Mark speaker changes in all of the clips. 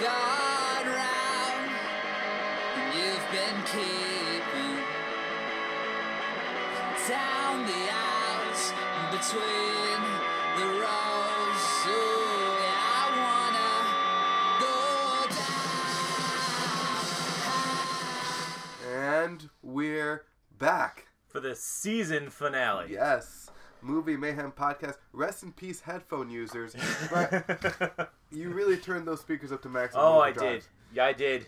Speaker 1: gone round and you've been keeping down the aisles in between the rows. Ooh, yeah, I wanna go
Speaker 2: And we're back.
Speaker 3: for the season finale.
Speaker 2: Yes. Movie Mayhem Podcast. Rest in peace, headphone users. But you really turned those speakers up to maximum.
Speaker 3: oh, I did.
Speaker 2: overdrive.
Speaker 3: Yeah, I did.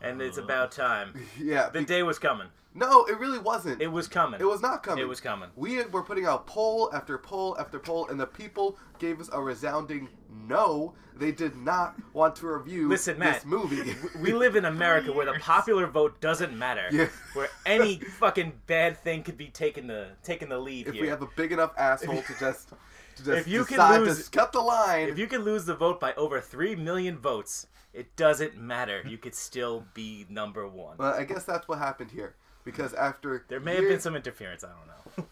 Speaker 3: And it's about time.
Speaker 2: Yeah.
Speaker 3: The
Speaker 2: be-
Speaker 3: day was coming.
Speaker 2: no, it really wasn't.
Speaker 3: It was coming.
Speaker 2: It was not coming.
Speaker 3: It was coming.
Speaker 2: We were putting out poll after poll after poll, and the people gave us a resounding no. They did not want to review
Speaker 3: Listen,
Speaker 2: this
Speaker 3: Matt.
Speaker 2: movie.
Speaker 3: We live in America where the popular vote doesn't matter.
Speaker 2: Yeah.
Speaker 3: Where any fucking bad thing could be taking the taking the lead
Speaker 2: if
Speaker 3: here.
Speaker 2: we have a big enough asshole to just to just
Speaker 3: If you can
Speaker 2: decide
Speaker 3: lose-
Speaker 2: to cut the line,
Speaker 3: if you can lose the vote by over three million votes, it doesn't matter. You could still be number one.
Speaker 2: well, I guess that's what happened here. Because after
Speaker 3: There may have been some interference. I don't know.
Speaker 2: some.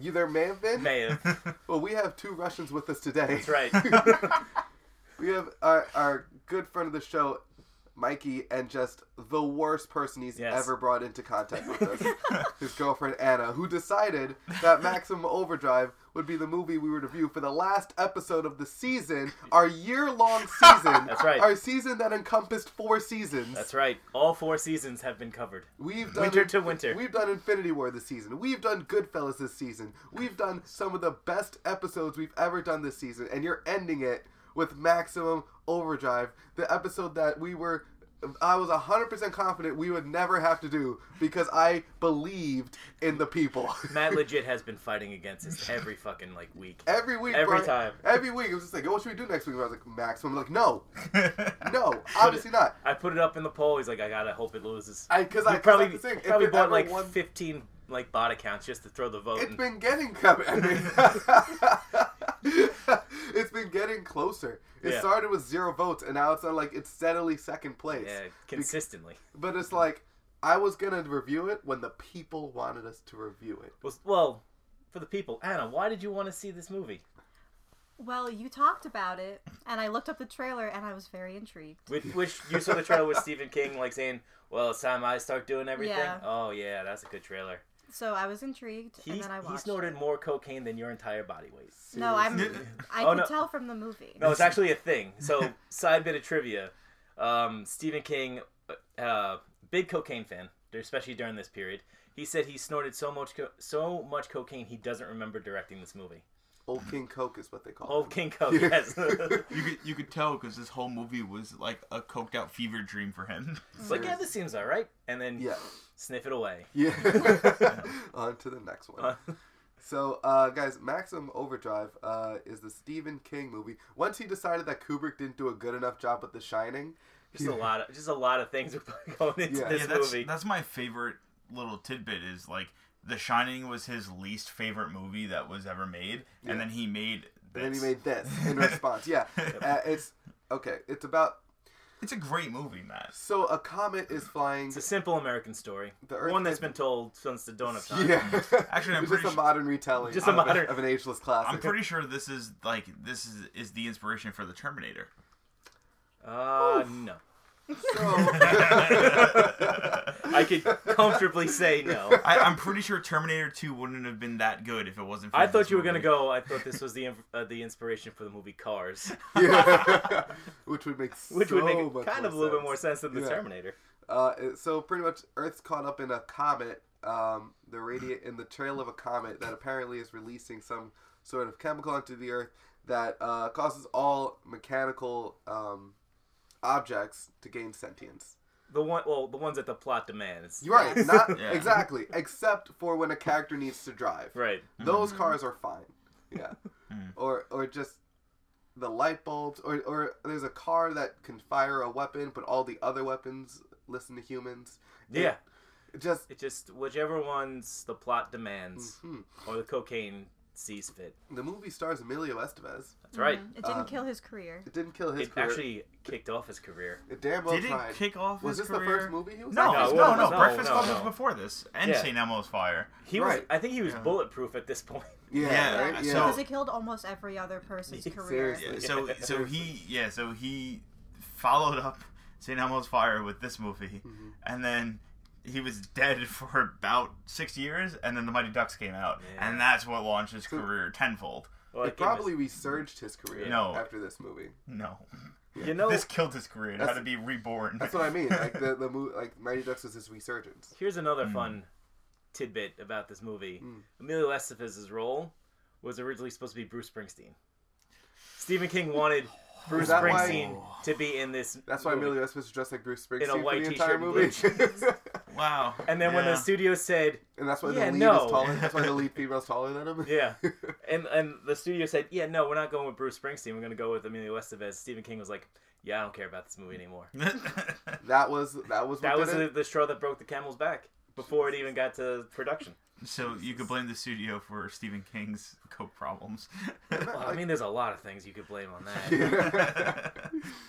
Speaker 2: You, there may have been.
Speaker 3: May have.
Speaker 2: Well, we have two Russians with us today.
Speaker 3: That's right.
Speaker 2: We have our, our good friend of the show, Mikey, and just the worst person he's
Speaker 3: Yes.
Speaker 2: ever brought into contact with us. His girlfriend, Anna, who decided that Maximum Overdrive would be the movie we would review for the last episode of the season, our year long season.
Speaker 3: That's right.
Speaker 2: Our season that encompassed four seasons.
Speaker 3: That's right. All four seasons have been covered.
Speaker 2: We've done
Speaker 3: Winter to winter.
Speaker 2: We've done Infinity War this season. We've done Goodfellas this season. We've done some of the best episodes we've ever done this season, and you're ending it with Maximum Overdrive, the episode that we were. I was 100% confident we would never have to do because I believed in the people.
Speaker 3: Matt legit has been fighting against us every fucking like week.
Speaker 2: Every week,
Speaker 3: Every
Speaker 2: Brian-
Speaker 3: time.
Speaker 2: Every week, it was just like, "Oh, "What should we do next week?" And I was like, "Maximum." like, "No, no, obviously not."
Speaker 3: I put it up in the poll. He's like, I gotta hope it loses.
Speaker 2: I because
Speaker 3: He
Speaker 2: I 'cause
Speaker 3: probably
Speaker 2: that's the thing. If
Speaker 3: probably
Speaker 2: it
Speaker 3: bought
Speaker 2: ever
Speaker 3: like
Speaker 2: won-
Speaker 3: fifteen like bot accounts just to throw the vote.
Speaker 2: It's
Speaker 3: in.
Speaker 2: been getting coming. I mean, it's been getting closer. It
Speaker 3: Yeah.
Speaker 2: started with zero votes, and now it's on like it's steadily second place.
Speaker 3: yeah, consistently.
Speaker 2: But it's like I was gonna review it when the people wanted us to review it.
Speaker 3: Well, s- well, for the people, Anna, why did you want to see this movie?
Speaker 4: Well, you talked about it, and I looked up the trailer, and I was very intrigued.
Speaker 3: Which, which you saw the trailer with Stephen King, like saying, "Well, it's time I start doing everything."
Speaker 4: Yeah.
Speaker 3: Oh yeah, that's a good trailer.
Speaker 4: So I was intrigued,
Speaker 3: He,
Speaker 4: and then I
Speaker 3: he
Speaker 4: watched.
Speaker 3: snorted more cocaine than your entire body weight.
Speaker 4: No, I'm. I
Speaker 3: Oh,
Speaker 4: could
Speaker 3: no.
Speaker 4: tell from the movie.
Speaker 3: No, it's actually a thing. So, side bit of trivia: um, Stephen King, uh, big cocaine fan, especially during this period. He said he snorted so much co- so much cocaine he doesn't remember directing this movie.
Speaker 2: Old King Coke is what they call
Speaker 3: Oh,
Speaker 2: it.
Speaker 3: King Coke. Yes. it's
Speaker 5: You could you could tell because this whole movie was like a coked out fever dream for him.
Speaker 3: like, yeah, this seems all right, and then
Speaker 2: Yeah.
Speaker 3: sniff it away.
Speaker 2: Yeah. On to the next one. so, uh, guys, Maximum Overdrive uh, is the Stephen King movie. Once he decided that Kubrick didn't do a good enough job with The Shining,
Speaker 3: Just a lot of just a lot of things going into
Speaker 2: Yeah.
Speaker 3: this
Speaker 5: yeah, that's
Speaker 3: movie.
Speaker 5: that's my favorite little tidbit is like The Shining was his least favorite movie that was ever made, and then he made.
Speaker 2: And
Speaker 5: This.
Speaker 2: then he made this in response. Yeah, uh, it's okay. It's about
Speaker 5: It's a great movie, Matt.
Speaker 2: so a comet is flying.
Speaker 3: It's a simple American story,
Speaker 2: The Earth
Speaker 3: one that's
Speaker 2: didn't-
Speaker 3: been told since the dawn of time.
Speaker 2: Yeah,
Speaker 5: Actually, I'm
Speaker 2: it's just
Speaker 5: pretty
Speaker 2: a
Speaker 5: su-
Speaker 2: modern retelling.
Speaker 3: Just a
Speaker 2: of
Speaker 3: modern-
Speaker 2: of an ageless classic.
Speaker 5: I'm pretty sure this is like this is is the inspiration for the Terminator.
Speaker 3: Uh, no,
Speaker 2: So,
Speaker 3: I could comfortably say no.
Speaker 5: I, I'm pretty sure Terminator 2 wouldn't have been that good if it wasn't. for
Speaker 3: I
Speaker 5: this
Speaker 3: thought you were gonna
Speaker 5: movie.
Speaker 3: go. I thought this was the inf- uh, the inspiration for the movie Cars,
Speaker 2: yeah. which would make
Speaker 3: which
Speaker 2: so
Speaker 3: would make
Speaker 2: much
Speaker 3: kind of a little bit more sense than the
Speaker 2: Yeah.
Speaker 3: Terminator.
Speaker 2: Uh, it- so pretty much, Earth's caught up in a comet. Um, the radiate in the trail of a comet that apparently is releasing some sort of chemical onto the Earth that uh, causes all mechanical um, objects to gain sentience.
Speaker 3: The one, well, the ones that the plot demands.
Speaker 2: You're right. Not
Speaker 5: Yeah.
Speaker 2: exactly. Except for when a character needs to drive.
Speaker 3: Right.
Speaker 2: Those
Speaker 3: Mm-hmm.
Speaker 2: cars are fine. Yeah.
Speaker 5: Mm.
Speaker 2: or or just the light bulbs or or there's a car that can fire a weapon but all the other weapons listen to humans. It-
Speaker 3: Yeah.
Speaker 2: it just
Speaker 3: It just whichever ones the plot demands,
Speaker 2: Mhm.
Speaker 3: or the cocaine sees fit.
Speaker 2: the movie stars Emilio Estevez.
Speaker 3: That's right.
Speaker 4: It didn't kill his career.
Speaker 2: It didn't kill his
Speaker 3: It
Speaker 2: career.
Speaker 3: actually kicked off his career.
Speaker 2: it damn well
Speaker 5: Did it
Speaker 2: tried.
Speaker 5: kick off
Speaker 2: was
Speaker 5: his
Speaker 2: this the
Speaker 5: career?
Speaker 2: first movie he was
Speaker 5: No,
Speaker 2: in?
Speaker 3: No,
Speaker 5: no,
Speaker 3: it
Speaker 5: no,
Speaker 3: wasn't.
Speaker 5: no,
Speaker 3: No,
Speaker 5: Breakfast
Speaker 3: no,
Speaker 5: Club
Speaker 3: no.
Speaker 5: was before this, and
Speaker 3: Yeah.
Speaker 5: St. Elmo's Fire.
Speaker 3: He was.
Speaker 2: Right.
Speaker 3: I think he was bulletproof at this point.
Speaker 2: Yeah,
Speaker 5: Yeah,
Speaker 2: right?
Speaker 5: so-
Speaker 2: yeah.
Speaker 4: Because it killed almost every other person's career.
Speaker 2: Seriously.
Speaker 5: Yeah, so so he yeah so he followed up St. Elmo's Fire with this movie,
Speaker 3: Mm-hmm.
Speaker 5: and then he was dead for about six years, and then The Mighty Ducks came out,
Speaker 3: Yeah.
Speaker 5: and that's what launched his career tenfold.
Speaker 3: Well,
Speaker 2: It probably resurged his career
Speaker 5: No.
Speaker 2: after this movie.
Speaker 5: No,
Speaker 3: you know.
Speaker 5: this killed his career. It had
Speaker 2: That's-
Speaker 5: to be reborn.
Speaker 2: That's what I mean. Like the the mo- like Mighty Ducks was his resurgence.
Speaker 3: Here's another fun tidbit about this movie.
Speaker 2: Hmm.
Speaker 3: Emilio Estevez's role was originally supposed to be Bruce Springsteen. Stephen King wanted Bruce
Speaker 2: Oh, that why-
Speaker 3: Springsteen to be in this.
Speaker 2: That's why
Speaker 3: movie.
Speaker 2: Emilio Estevez was dressed like Bruce Springsteen
Speaker 3: white
Speaker 2: for the
Speaker 3: t-shirt
Speaker 2: entire
Speaker 3: and blue
Speaker 2: movie.
Speaker 5: Wow.
Speaker 3: And then when
Speaker 5: Yeah.
Speaker 3: the studio said,
Speaker 2: and that's why
Speaker 3: Yeah,
Speaker 2: the lead
Speaker 3: no.
Speaker 2: is taller. That's why the lead female's taller than him.
Speaker 3: yeah, and and the studio said, yeah, no, we're not going with Bruce Springsteen. We're going to go with Emilio Estevez. Stephen King was like, yeah, I don't care about this movie anymore.
Speaker 2: That was that was what
Speaker 3: That
Speaker 2: did
Speaker 3: was
Speaker 2: it.
Speaker 3: the, the straw that broke the camel's back before it even got to production.
Speaker 5: so you could blame the studio for Stephen King's coke problems.
Speaker 3: Well, I
Speaker 2: Like-
Speaker 3: mean, there's a lot of things you could blame on that.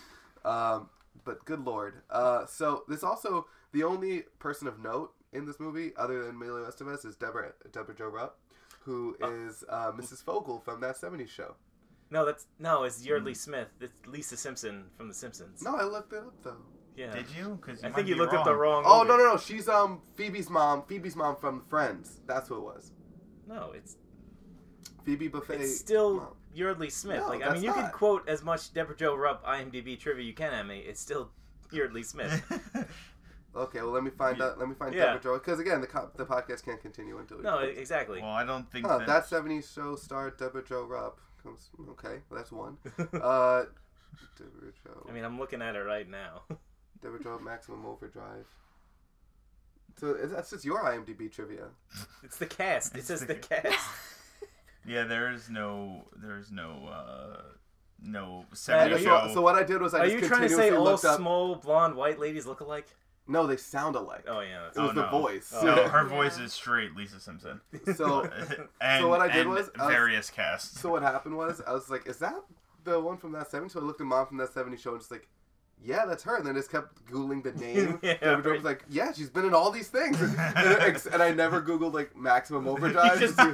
Speaker 2: um, but good lord. Uh, so this also the only person of note in this movie, other than Emilio Estevez, is Deborah Deborah Jo Rupp, who is uh, Mrs. Fogel from that '70s show.
Speaker 3: No, that's no. It's Yardley Smith. It's Lisa Simpson from The Simpsons.
Speaker 2: No, I looked it up though.
Speaker 3: Yeah.
Speaker 5: Did you? Because
Speaker 3: I think you looked up the wrong.
Speaker 2: Oh
Speaker 3: movie.
Speaker 2: no no no, she's um Phoebe's mom. Phoebe's mom from Friends. That's who it was.
Speaker 3: No, it's
Speaker 2: Phoebe Buffet.
Speaker 3: it's still
Speaker 2: mom.
Speaker 3: Yardley Smith.
Speaker 2: No,
Speaker 3: like I
Speaker 2: that's
Speaker 3: mean, you can
Speaker 2: not.
Speaker 3: quote as much Deborah Jo Rupp IMDb trivia you can at me. It's still Yardley Smith.
Speaker 2: Okay, well let me find out. Let me find
Speaker 3: Yeah.
Speaker 2: Deborah Jo because again the co- the podcast can't continue until we.
Speaker 3: no, e- exactly.
Speaker 5: Well, I don't think
Speaker 2: Huh,
Speaker 5: that.
Speaker 2: that '70s show starred Deborah Jo Rupp. Comes okay, well, that's one. Uh, Deborah Jo.
Speaker 3: I mean, I'm looking at it right now.
Speaker 2: Deborah Jo Maximum Overdrive. So is- that's just your IMDb trivia.
Speaker 3: It's the cast. It says the cast.
Speaker 5: Yeah, there is no, there is no, uh, no
Speaker 3: Are
Speaker 2: I
Speaker 5: separate
Speaker 2: just,
Speaker 3: you-
Speaker 5: show.
Speaker 2: so what I did was I
Speaker 3: Are
Speaker 2: just
Speaker 3: you trying to say
Speaker 2: continuously
Speaker 3: all
Speaker 2: looked up.
Speaker 3: small blonde white ladies look alike?
Speaker 2: no, they sound alike.
Speaker 3: Oh yeah. That's
Speaker 2: It was
Speaker 5: Oh,
Speaker 2: the
Speaker 5: no.
Speaker 2: voice.
Speaker 5: no, her voice
Speaker 4: Yeah.
Speaker 5: is straight Lisa Simpson.
Speaker 2: so,
Speaker 5: and,
Speaker 2: what I did
Speaker 5: and
Speaker 2: was, I was-
Speaker 5: various casts.
Speaker 2: so what happened was I was like, "Is that the one from that 70s? So I looked at mom from that 70s show and just like, "Yeah, that's her." And then just kept googling the name.
Speaker 3: Yeah,
Speaker 2: Deborah Jo
Speaker 3: right.
Speaker 2: was like, "Yeah, she's been in all these things." and, and I never googled like Maximum Overdrive. So-
Speaker 5: so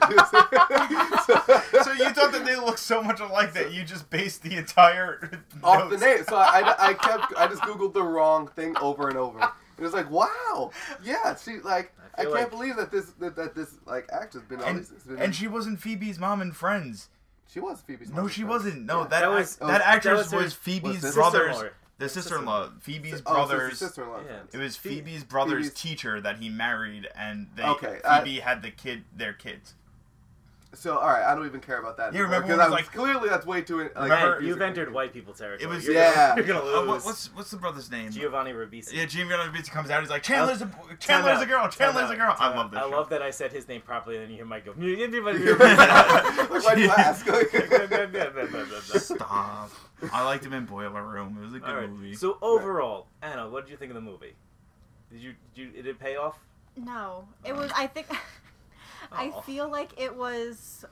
Speaker 5: you thought that they looked so much alike that you just based the entire
Speaker 2: off the
Speaker 5: notes.
Speaker 2: name. So I, I, I kept I just googled the wrong thing over and over. It was like, wow, yeah, she like
Speaker 3: I
Speaker 2: I,
Speaker 3: feel
Speaker 2: can't
Speaker 3: like-
Speaker 2: believe that this that, that this like actor's been all
Speaker 5: And,
Speaker 2: these. Been,
Speaker 5: and she wasn't Phoebe's mom and friends.
Speaker 2: she was Phoebe's.
Speaker 5: No,
Speaker 2: mom.
Speaker 5: she wasn't. No, that
Speaker 3: That
Speaker 5: that,
Speaker 3: was-
Speaker 5: that
Speaker 3: that
Speaker 5: actress
Speaker 3: was her-
Speaker 5: was,
Speaker 2: was
Speaker 5: Phoebe's
Speaker 2: this-
Speaker 5: brother's
Speaker 3: Sister-in-law.
Speaker 5: the sister-in-law.
Speaker 2: Oh,
Speaker 5: Phoebe's
Speaker 2: so it's
Speaker 5: brother's.
Speaker 2: his sister-in-law.
Speaker 3: Yeah.
Speaker 5: It was
Speaker 3: Phoebe-
Speaker 5: Phoebe's brother's
Speaker 2: Phoebe's-
Speaker 5: teacher that he married, and they
Speaker 2: Okay, I-
Speaker 5: Phoebe had the kid, their kids.
Speaker 2: So all right, I don't even care about that.
Speaker 5: You
Speaker 2: anymore,
Speaker 5: remember
Speaker 2: 'cause
Speaker 5: when
Speaker 2: I
Speaker 5: it was
Speaker 2: was- clearly that's way too. Like,
Speaker 5: Remember-
Speaker 3: Hey, you've entered white people territory.
Speaker 5: It was-
Speaker 3: you're
Speaker 2: Yeah.
Speaker 3: Gonna, you're gonna
Speaker 5: Uh,
Speaker 3: lose.
Speaker 5: what, what's what's the brother's name?
Speaker 3: Giovanni Ribisi.
Speaker 5: yeah, Giovanni Ribisi comes out. He's like Chandler's a Chandler's a
Speaker 3: Time
Speaker 5: girl.
Speaker 3: out.
Speaker 5: Chandler's a
Speaker 3: Time
Speaker 5: girl.
Speaker 3: out.
Speaker 5: I
Speaker 3: Time
Speaker 5: love
Speaker 3: out. I
Speaker 5: this. show.
Speaker 3: love that I said his name properly, and then you might go.
Speaker 2: like, why do you ask?
Speaker 5: Stop. I liked him in Boiler Room. It was a good
Speaker 3: All right.
Speaker 5: movie.
Speaker 3: So overall, Anna, what did you think of the movie? Did you did, you, did it pay off?
Speaker 4: No, it was. I think. I
Speaker 3: Aw.
Speaker 4: feel like it was.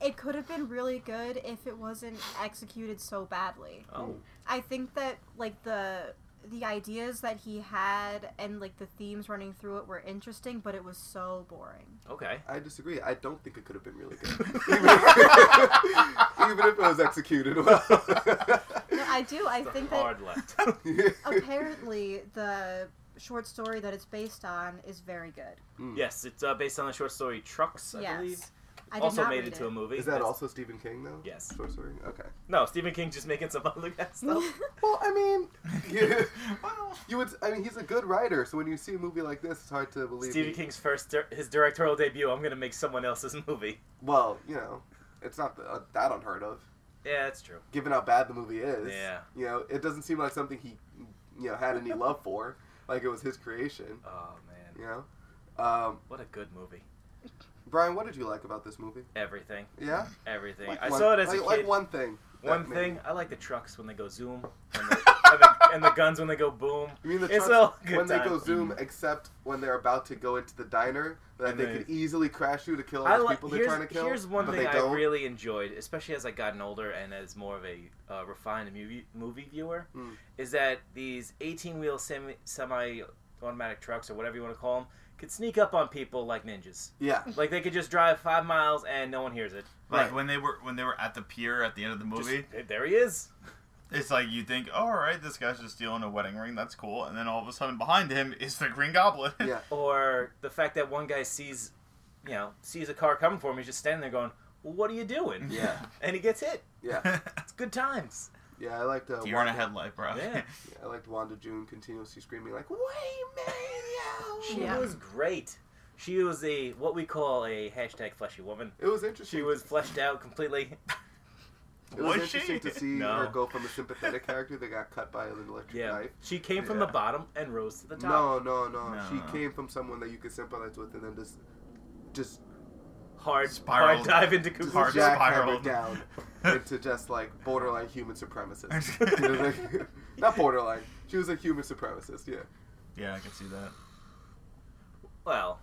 Speaker 4: It could have been really good if it wasn't executed so badly.
Speaker 3: Oh,
Speaker 4: I think that like the the ideas that he had and like the themes running through it were interesting, but it was so boring.
Speaker 3: okay.
Speaker 2: I disagree. I don't think it could have been really good, even if, even if it was executed well.
Speaker 4: No, I do. I
Speaker 3: The
Speaker 4: think that
Speaker 3: hard left.
Speaker 4: apparently the short story that it's based on is very good.
Speaker 3: yes, it's uh, based on the short story Trucks, I
Speaker 4: yes,
Speaker 3: believe.
Speaker 4: I did
Speaker 3: also
Speaker 4: not
Speaker 3: made
Speaker 4: read
Speaker 3: it to a movie.
Speaker 2: Is that
Speaker 3: That's-
Speaker 2: also Stephen King though?
Speaker 3: Yes.
Speaker 2: Short story. Okay.
Speaker 3: No, Stephen King just making some other guy stuff.
Speaker 2: Well, I mean, you,
Speaker 5: Well,
Speaker 2: you would. I mean, he's a good writer, so when you see a movie like this, it's hard to believe.
Speaker 3: Stephen
Speaker 2: he-
Speaker 3: King's first dir- his directorial debut. I'm gonna make someone else's movie.
Speaker 2: Well, you know, it's not the, uh, that unheard of,
Speaker 3: Yeah, that's true.
Speaker 2: given how bad the movie is.
Speaker 3: Yeah.
Speaker 2: You know, it doesn't seem like something he, you know, had any love for. Like it was his creation.
Speaker 3: Oh man,
Speaker 2: You know. Um,
Speaker 3: what a good movie.
Speaker 2: Brian, what did you like about this movie?
Speaker 3: Everything,
Speaker 2: Yeah.
Speaker 3: everything.
Speaker 2: Like
Speaker 3: I
Speaker 2: one-
Speaker 3: saw it as
Speaker 2: like,
Speaker 3: a kid.
Speaker 2: like one thing.
Speaker 3: One
Speaker 2: that made-
Speaker 3: thing I like the trucks when they go zoom, and the, and the, and the guns when they go boom.
Speaker 2: You mean the
Speaker 3: It's
Speaker 2: trucks
Speaker 3: all good
Speaker 2: when they
Speaker 3: time.
Speaker 2: go zoom, except when they're about to go into the diner, that
Speaker 3: And
Speaker 2: they
Speaker 3: they-
Speaker 2: could easily crash you to kill all
Speaker 3: I
Speaker 2: those
Speaker 3: like.
Speaker 2: people they're
Speaker 3: Here's,
Speaker 2: trying to kill.
Speaker 3: here's one
Speaker 2: but
Speaker 3: thing
Speaker 2: they
Speaker 3: I
Speaker 2: don't.
Speaker 3: really enjoyed, especially as I gotten older and as more of a uh, refined movie, movie viewer,
Speaker 2: Mm.
Speaker 3: is that these 18-wheel semi, semi-automatic trucks or whatever you want to call them could sneak up on people like ninjas.
Speaker 2: Yeah.
Speaker 3: Like they could just drive five miles and no one hears it.
Speaker 5: like
Speaker 2: Right.
Speaker 5: when they were when they were at the pier at the end of the
Speaker 3: Just,
Speaker 5: movie.
Speaker 3: there he is.
Speaker 5: It's like you think, oh, all right, this guy's just stealing a wedding ring. That's cool. And then all of a sudden, behind him is the Green Goblin.
Speaker 2: Yeah.
Speaker 3: Or the fact that one guy sees, you know, sees a car coming for him. He's just standing there going, well, "What are you doing?"
Speaker 2: Yeah.
Speaker 3: And he gets hit.
Speaker 2: Yeah.
Speaker 3: It's good times.
Speaker 2: Yeah, I liked uh,
Speaker 5: You're in a
Speaker 2: Wanda,
Speaker 5: headlight, bro.
Speaker 3: Yeah.
Speaker 2: I liked Wanda June continuously screaming like, "Waymayo!"
Speaker 3: She
Speaker 4: Yeah.
Speaker 3: was great. She was a what we call a hashtag fleshy woman.
Speaker 2: It was interesting.
Speaker 3: She was fleshed out completely.
Speaker 2: It was,
Speaker 5: Was she?
Speaker 2: interesting to see
Speaker 3: No.
Speaker 2: her go from a sympathetic character that got cut by an electric
Speaker 3: Yeah.
Speaker 2: knife.
Speaker 3: She came from the
Speaker 5: Yeah.
Speaker 3: bottom and rose to the top.
Speaker 2: No, no, no,
Speaker 5: No.
Speaker 2: She came from someone that you could sympathize with, and then just, just,
Speaker 3: Hard, hard
Speaker 5: Spiraled.
Speaker 3: dive into
Speaker 2: just
Speaker 5: Hard
Speaker 3: Cooper's.
Speaker 2: jackhammer
Speaker 5: spiral.
Speaker 2: down into just like borderline human supremacist. You know, like- not borderline. She was a human supremacist. Yeah,
Speaker 5: yeah, I can see that.
Speaker 3: Well,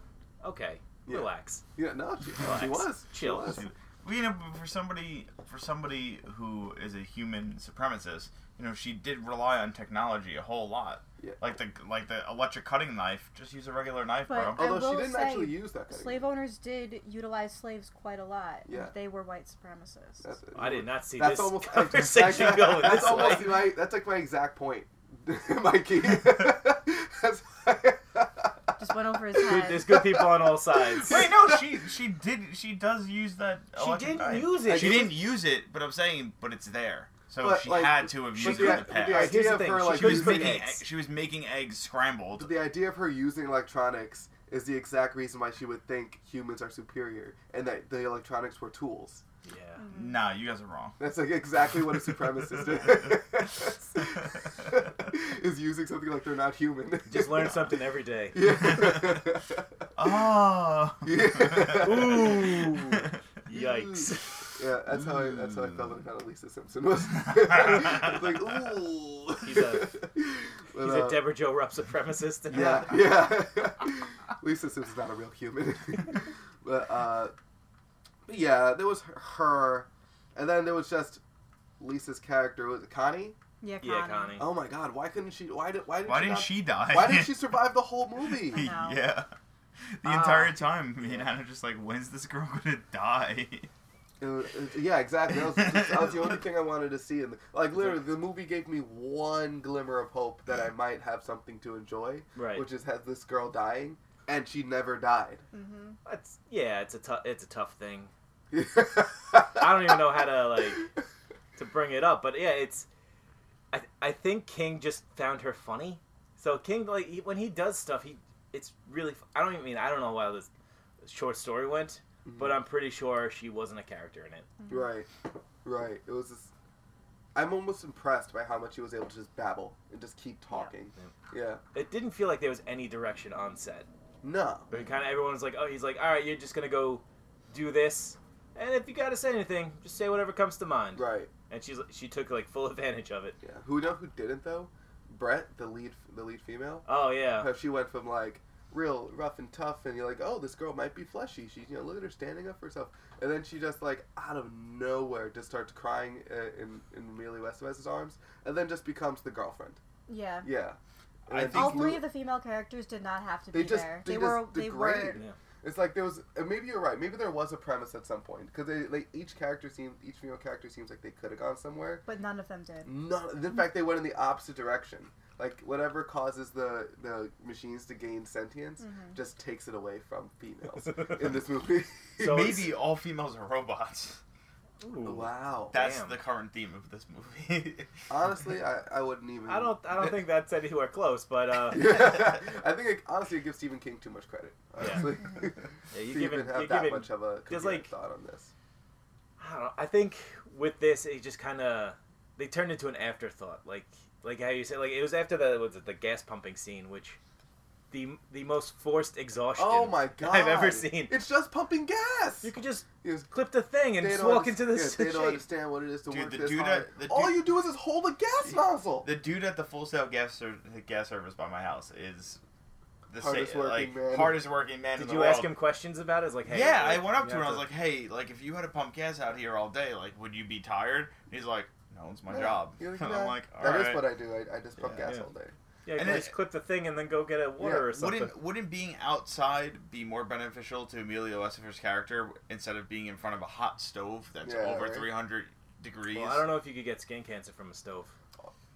Speaker 3: okay.
Speaker 2: Yeah.
Speaker 3: Relax.
Speaker 2: yeah. No, she, she
Speaker 3: Relax.
Speaker 2: was. She
Speaker 3: Chill.
Speaker 2: was.
Speaker 5: Well, you know, but for somebody for somebody who is a human supremacist, you know, she did rely on technology a whole lot.
Speaker 2: Yeah.
Speaker 5: Like the like the electric cutting knife. Just use a regular knife,
Speaker 4: But-
Speaker 5: bro.
Speaker 4: I
Speaker 2: Although she
Speaker 4: will
Speaker 2: didn't
Speaker 4: say,
Speaker 2: actually use that kind
Speaker 4: Slave owners did utilize slaves quite a lot.
Speaker 2: Yeah.
Speaker 4: They were white supremacists.
Speaker 2: of. That's-
Speaker 3: I did not see
Speaker 2: That's
Speaker 3: this
Speaker 2: almost
Speaker 3: conversation
Speaker 2: exactly-
Speaker 3: going
Speaker 2: That's
Speaker 3: this
Speaker 2: almost
Speaker 3: way.
Speaker 2: my. That's like my exact point, Mikey. that's
Speaker 4: Just went over his
Speaker 3: Good,
Speaker 4: head.
Speaker 3: there's good people on all sides.
Speaker 5: Wait, no, she she did she does use that.
Speaker 3: she
Speaker 5: electric
Speaker 3: didn't
Speaker 5: knife.
Speaker 3: use
Speaker 2: I
Speaker 3: it.
Speaker 5: She
Speaker 3: was-
Speaker 5: didn't use it, but I'm saying, but it's there. So
Speaker 2: But,
Speaker 5: she
Speaker 2: like,
Speaker 5: had to have
Speaker 2: but
Speaker 5: used
Speaker 2: the-
Speaker 5: it in the
Speaker 2: the
Speaker 5: past.
Speaker 2: idea
Speaker 3: Here's the
Speaker 2: of
Speaker 3: thing,
Speaker 2: her,
Speaker 3: she
Speaker 2: like,
Speaker 5: she was
Speaker 3: couldn't make
Speaker 5: making
Speaker 3: eggs.
Speaker 5: egg- she was making eggs scrambled.
Speaker 2: the idea of her using electronics is the exact reason why she would think humans are superior and that the electronics were tools.
Speaker 3: Yeah.
Speaker 5: Nah, you guys are wrong.
Speaker 2: That's like exactly what a supremacist is. is using something like they're not human.
Speaker 3: Just learn something every day.
Speaker 2: Yeah.
Speaker 5: Oh.
Speaker 2: Yeah.
Speaker 3: Ooh. Yikes.
Speaker 2: Yeah, that's how I, that's how I felt about how Lisa Simpson was. It's like, ooh.
Speaker 3: He's a-
Speaker 2: But,
Speaker 3: He's
Speaker 2: uh,
Speaker 3: a Deborah Joe Rupp supremacist. and
Speaker 2: Yeah, yeah. Lisa Simpson's not a real human. but, uh, but yeah, there was her, and then there was just Lisa's character was it Connie.
Speaker 4: yeah, Connie.
Speaker 3: Yeah, Connie.
Speaker 2: Oh my God, why couldn't she? Why did? Why did?
Speaker 5: Why
Speaker 2: she
Speaker 5: didn't
Speaker 2: not-
Speaker 5: she die?
Speaker 2: Why did she survive the whole movie?
Speaker 4: I know.
Speaker 5: yeah. The
Speaker 3: Ah.
Speaker 5: entire time, me and Anna just like, when's this girl gonna die?
Speaker 2: It was- it- yeah, exactly. That was, that was the only thing I wanted to see. In the, like, literally, the movie gave me one glimmer of hope that I might have something to enjoy,
Speaker 3: Right.
Speaker 2: which is has this girl dying, and she never died.
Speaker 4: Mm-hmm.
Speaker 3: That's, yeah, it's a tough it's a tough thing.
Speaker 2: I
Speaker 3: I don't even know how to like to bring it up, but yeah, it's I I think King just found her funny. So King like he, when he does stuff, he it's really f- I don't even mean I don't know why this short story went,
Speaker 2: Mm-hmm.
Speaker 3: but I'm pretty sure she wasn't a character in it.
Speaker 2: Right, right. It was. Just, I'm almost impressed by how much he was able to just babble and just keep talking. Yeah.
Speaker 3: It didn't feel like there was any direction on set.
Speaker 2: No.
Speaker 3: But kind of everyone's like, "Oh, he's like, all right, you're just gonna go do this, and if you gotta say anything, just say whatever comes to mind."
Speaker 2: Right.
Speaker 3: And she's she took like full advantage of it.
Speaker 2: Yeah. Who you know who didn't though? Brett, the lead, the lead female.
Speaker 3: Oh yeah,
Speaker 2: How she went from like real rough and tough, and you're like, oh, this girl might be fleshy. She's you know, look at her standing up for herself, and then she just like out of nowhere just starts crying uh, in in Amelia Westwest's arms, and then just becomes the girlfriend.
Speaker 4: Yeah.
Speaker 2: Yeah.
Speaker 5: I
Speaker 2: And
Speaker 5: think-
Speaker 4: All
Speaker 2: just
Speaker 4: three
Speaker 2: lo-
Speaker 4: of the female characters did not have to
Speaker 2: They
Speaker 4: be
Speaker 2: just-
Speaker 4: there.
Speaker 2: they
Speaker 4: They,
Speaker 2: just
Speaker 4: were. They were.
Speaker 2: degraded. It's like there was, and maybe you're right. Maybe there was a premise at some point because they, they each character seemed, each female character seems like they could have gone somewhere.
Speaker 4: But none of them did.
Speaker 2: None, in fact, they went in the opposite direction. Like whatever causes the the machines to gain sentience just takes it away from females in this movie.
Speaker 3: So it's-
Speaker 5: Maybe all females are robots.
Speaker 3: Ooh.
Speaker 2: wow.
Speaker 5: That's
Speaker 3: Damn.
Speaker 5: the current theme of this movie.
Speaker 2: honestly, I, I wouldn't even.
Speaker 3: I don't I don't think that's anywhere close, but uh, yeah,
Speaker 2: I think it, honestly it gives Stephen King too much credit. Honestly,
Speaker 3: you
Speaker 2: to
Speaker 3: give it
Speaker 2: even have
Speaker 3: you
Speaker 2: that
Speaker 3: give it.
Speaker 2: much of a
Speaker 3: there's
Speaker 2: coherent
Speaker 3: like-
Speaker 2: thought on this.
Speaker 3: I don't know. I think with this, it just kind of they turned into an afterthought, like like how you said, like it was after the was it the gas pumping scene, which the the most forced exhaustion
Speaker 2: Oh my god!
Speaker 3: I've ever seen.
Speaker 2: It's just pumping gas.
Speaker 3: You could just
Speaker 2: It was
Speaker 3: clip the thing and
Speaker 2: They
Speaker 3: just
Speaker 2: don't
Speaker 3: walk
Speaker 2: underst-
Speaker 3: into this.
Speaker 2: Yeah, they don't
Speaker 3: shade.
Speaker 2: understand what it is to
Speaker 5: Dude,
Speaker 2: work
Speaker 5: the
Speaker 2: this
Speaker 5: dude
Speaker 2: hard.
Speaker 5: at- the
Speaker 2: All
Speaker 5: dude-
Speaker 2: you do is just hold a gas nozzle.
Speaker 5: the dude at the full sale gas ser- gas service by my house is the
Speaker 2: Hardest
Speaker 5: sa-
Speaker 2: working
Speaker 5: like,
Speaker 2: man.
Speaker 5: hardest working man. in
Speaker 3: Did
Speaker 5: the
Speaker 3: you
Speaker 5: world.
Speaker 3: ask him questions about it? It's like, hey,
Speaker 5: yeah,
Speaker 3: like,
Speaker 5: I went up
Speaker 3: you
Speaker 5: to him. and I
Speaker 3: have
Speaker 5: was like, "Hey, like if you had to pump gas out here all day, like would you be tired?" And he's like, "No, it's my
Speaker 2: Yeah.
Speaker 5: job."
Speaker 2: You're
Speaker 5: and
Speaker 2: "Nah,
Speaker 5: I'm like, "All
Speaker 2: that
Speaker 5: right."
Speaker 2: is what I do. I, I just pump
Speaker 5: Yeah.
Speaker 2: gas
Speaker 3: Yeah.
Speaker 2: all day.
Speaker 3: yeah,
Speaker 5: and
Speaker 3: you
Speaker 5: it-
Speaker 3: just clip the thing and then go get a
Speaker 2: Yeah,
Speaker 3: water or something.
Speaker 5: Wouldn't wouldn't being outside be more beneficial to Emilio Estefar's character instead of being in front of a hot stove that's
Speaker 2: Yeah,
Speaker 5: over
Speaker 2: right.
Speaker 5: 300 degrees.
Speaker 3: Well, I don't know if you could get skin cancer from a stove.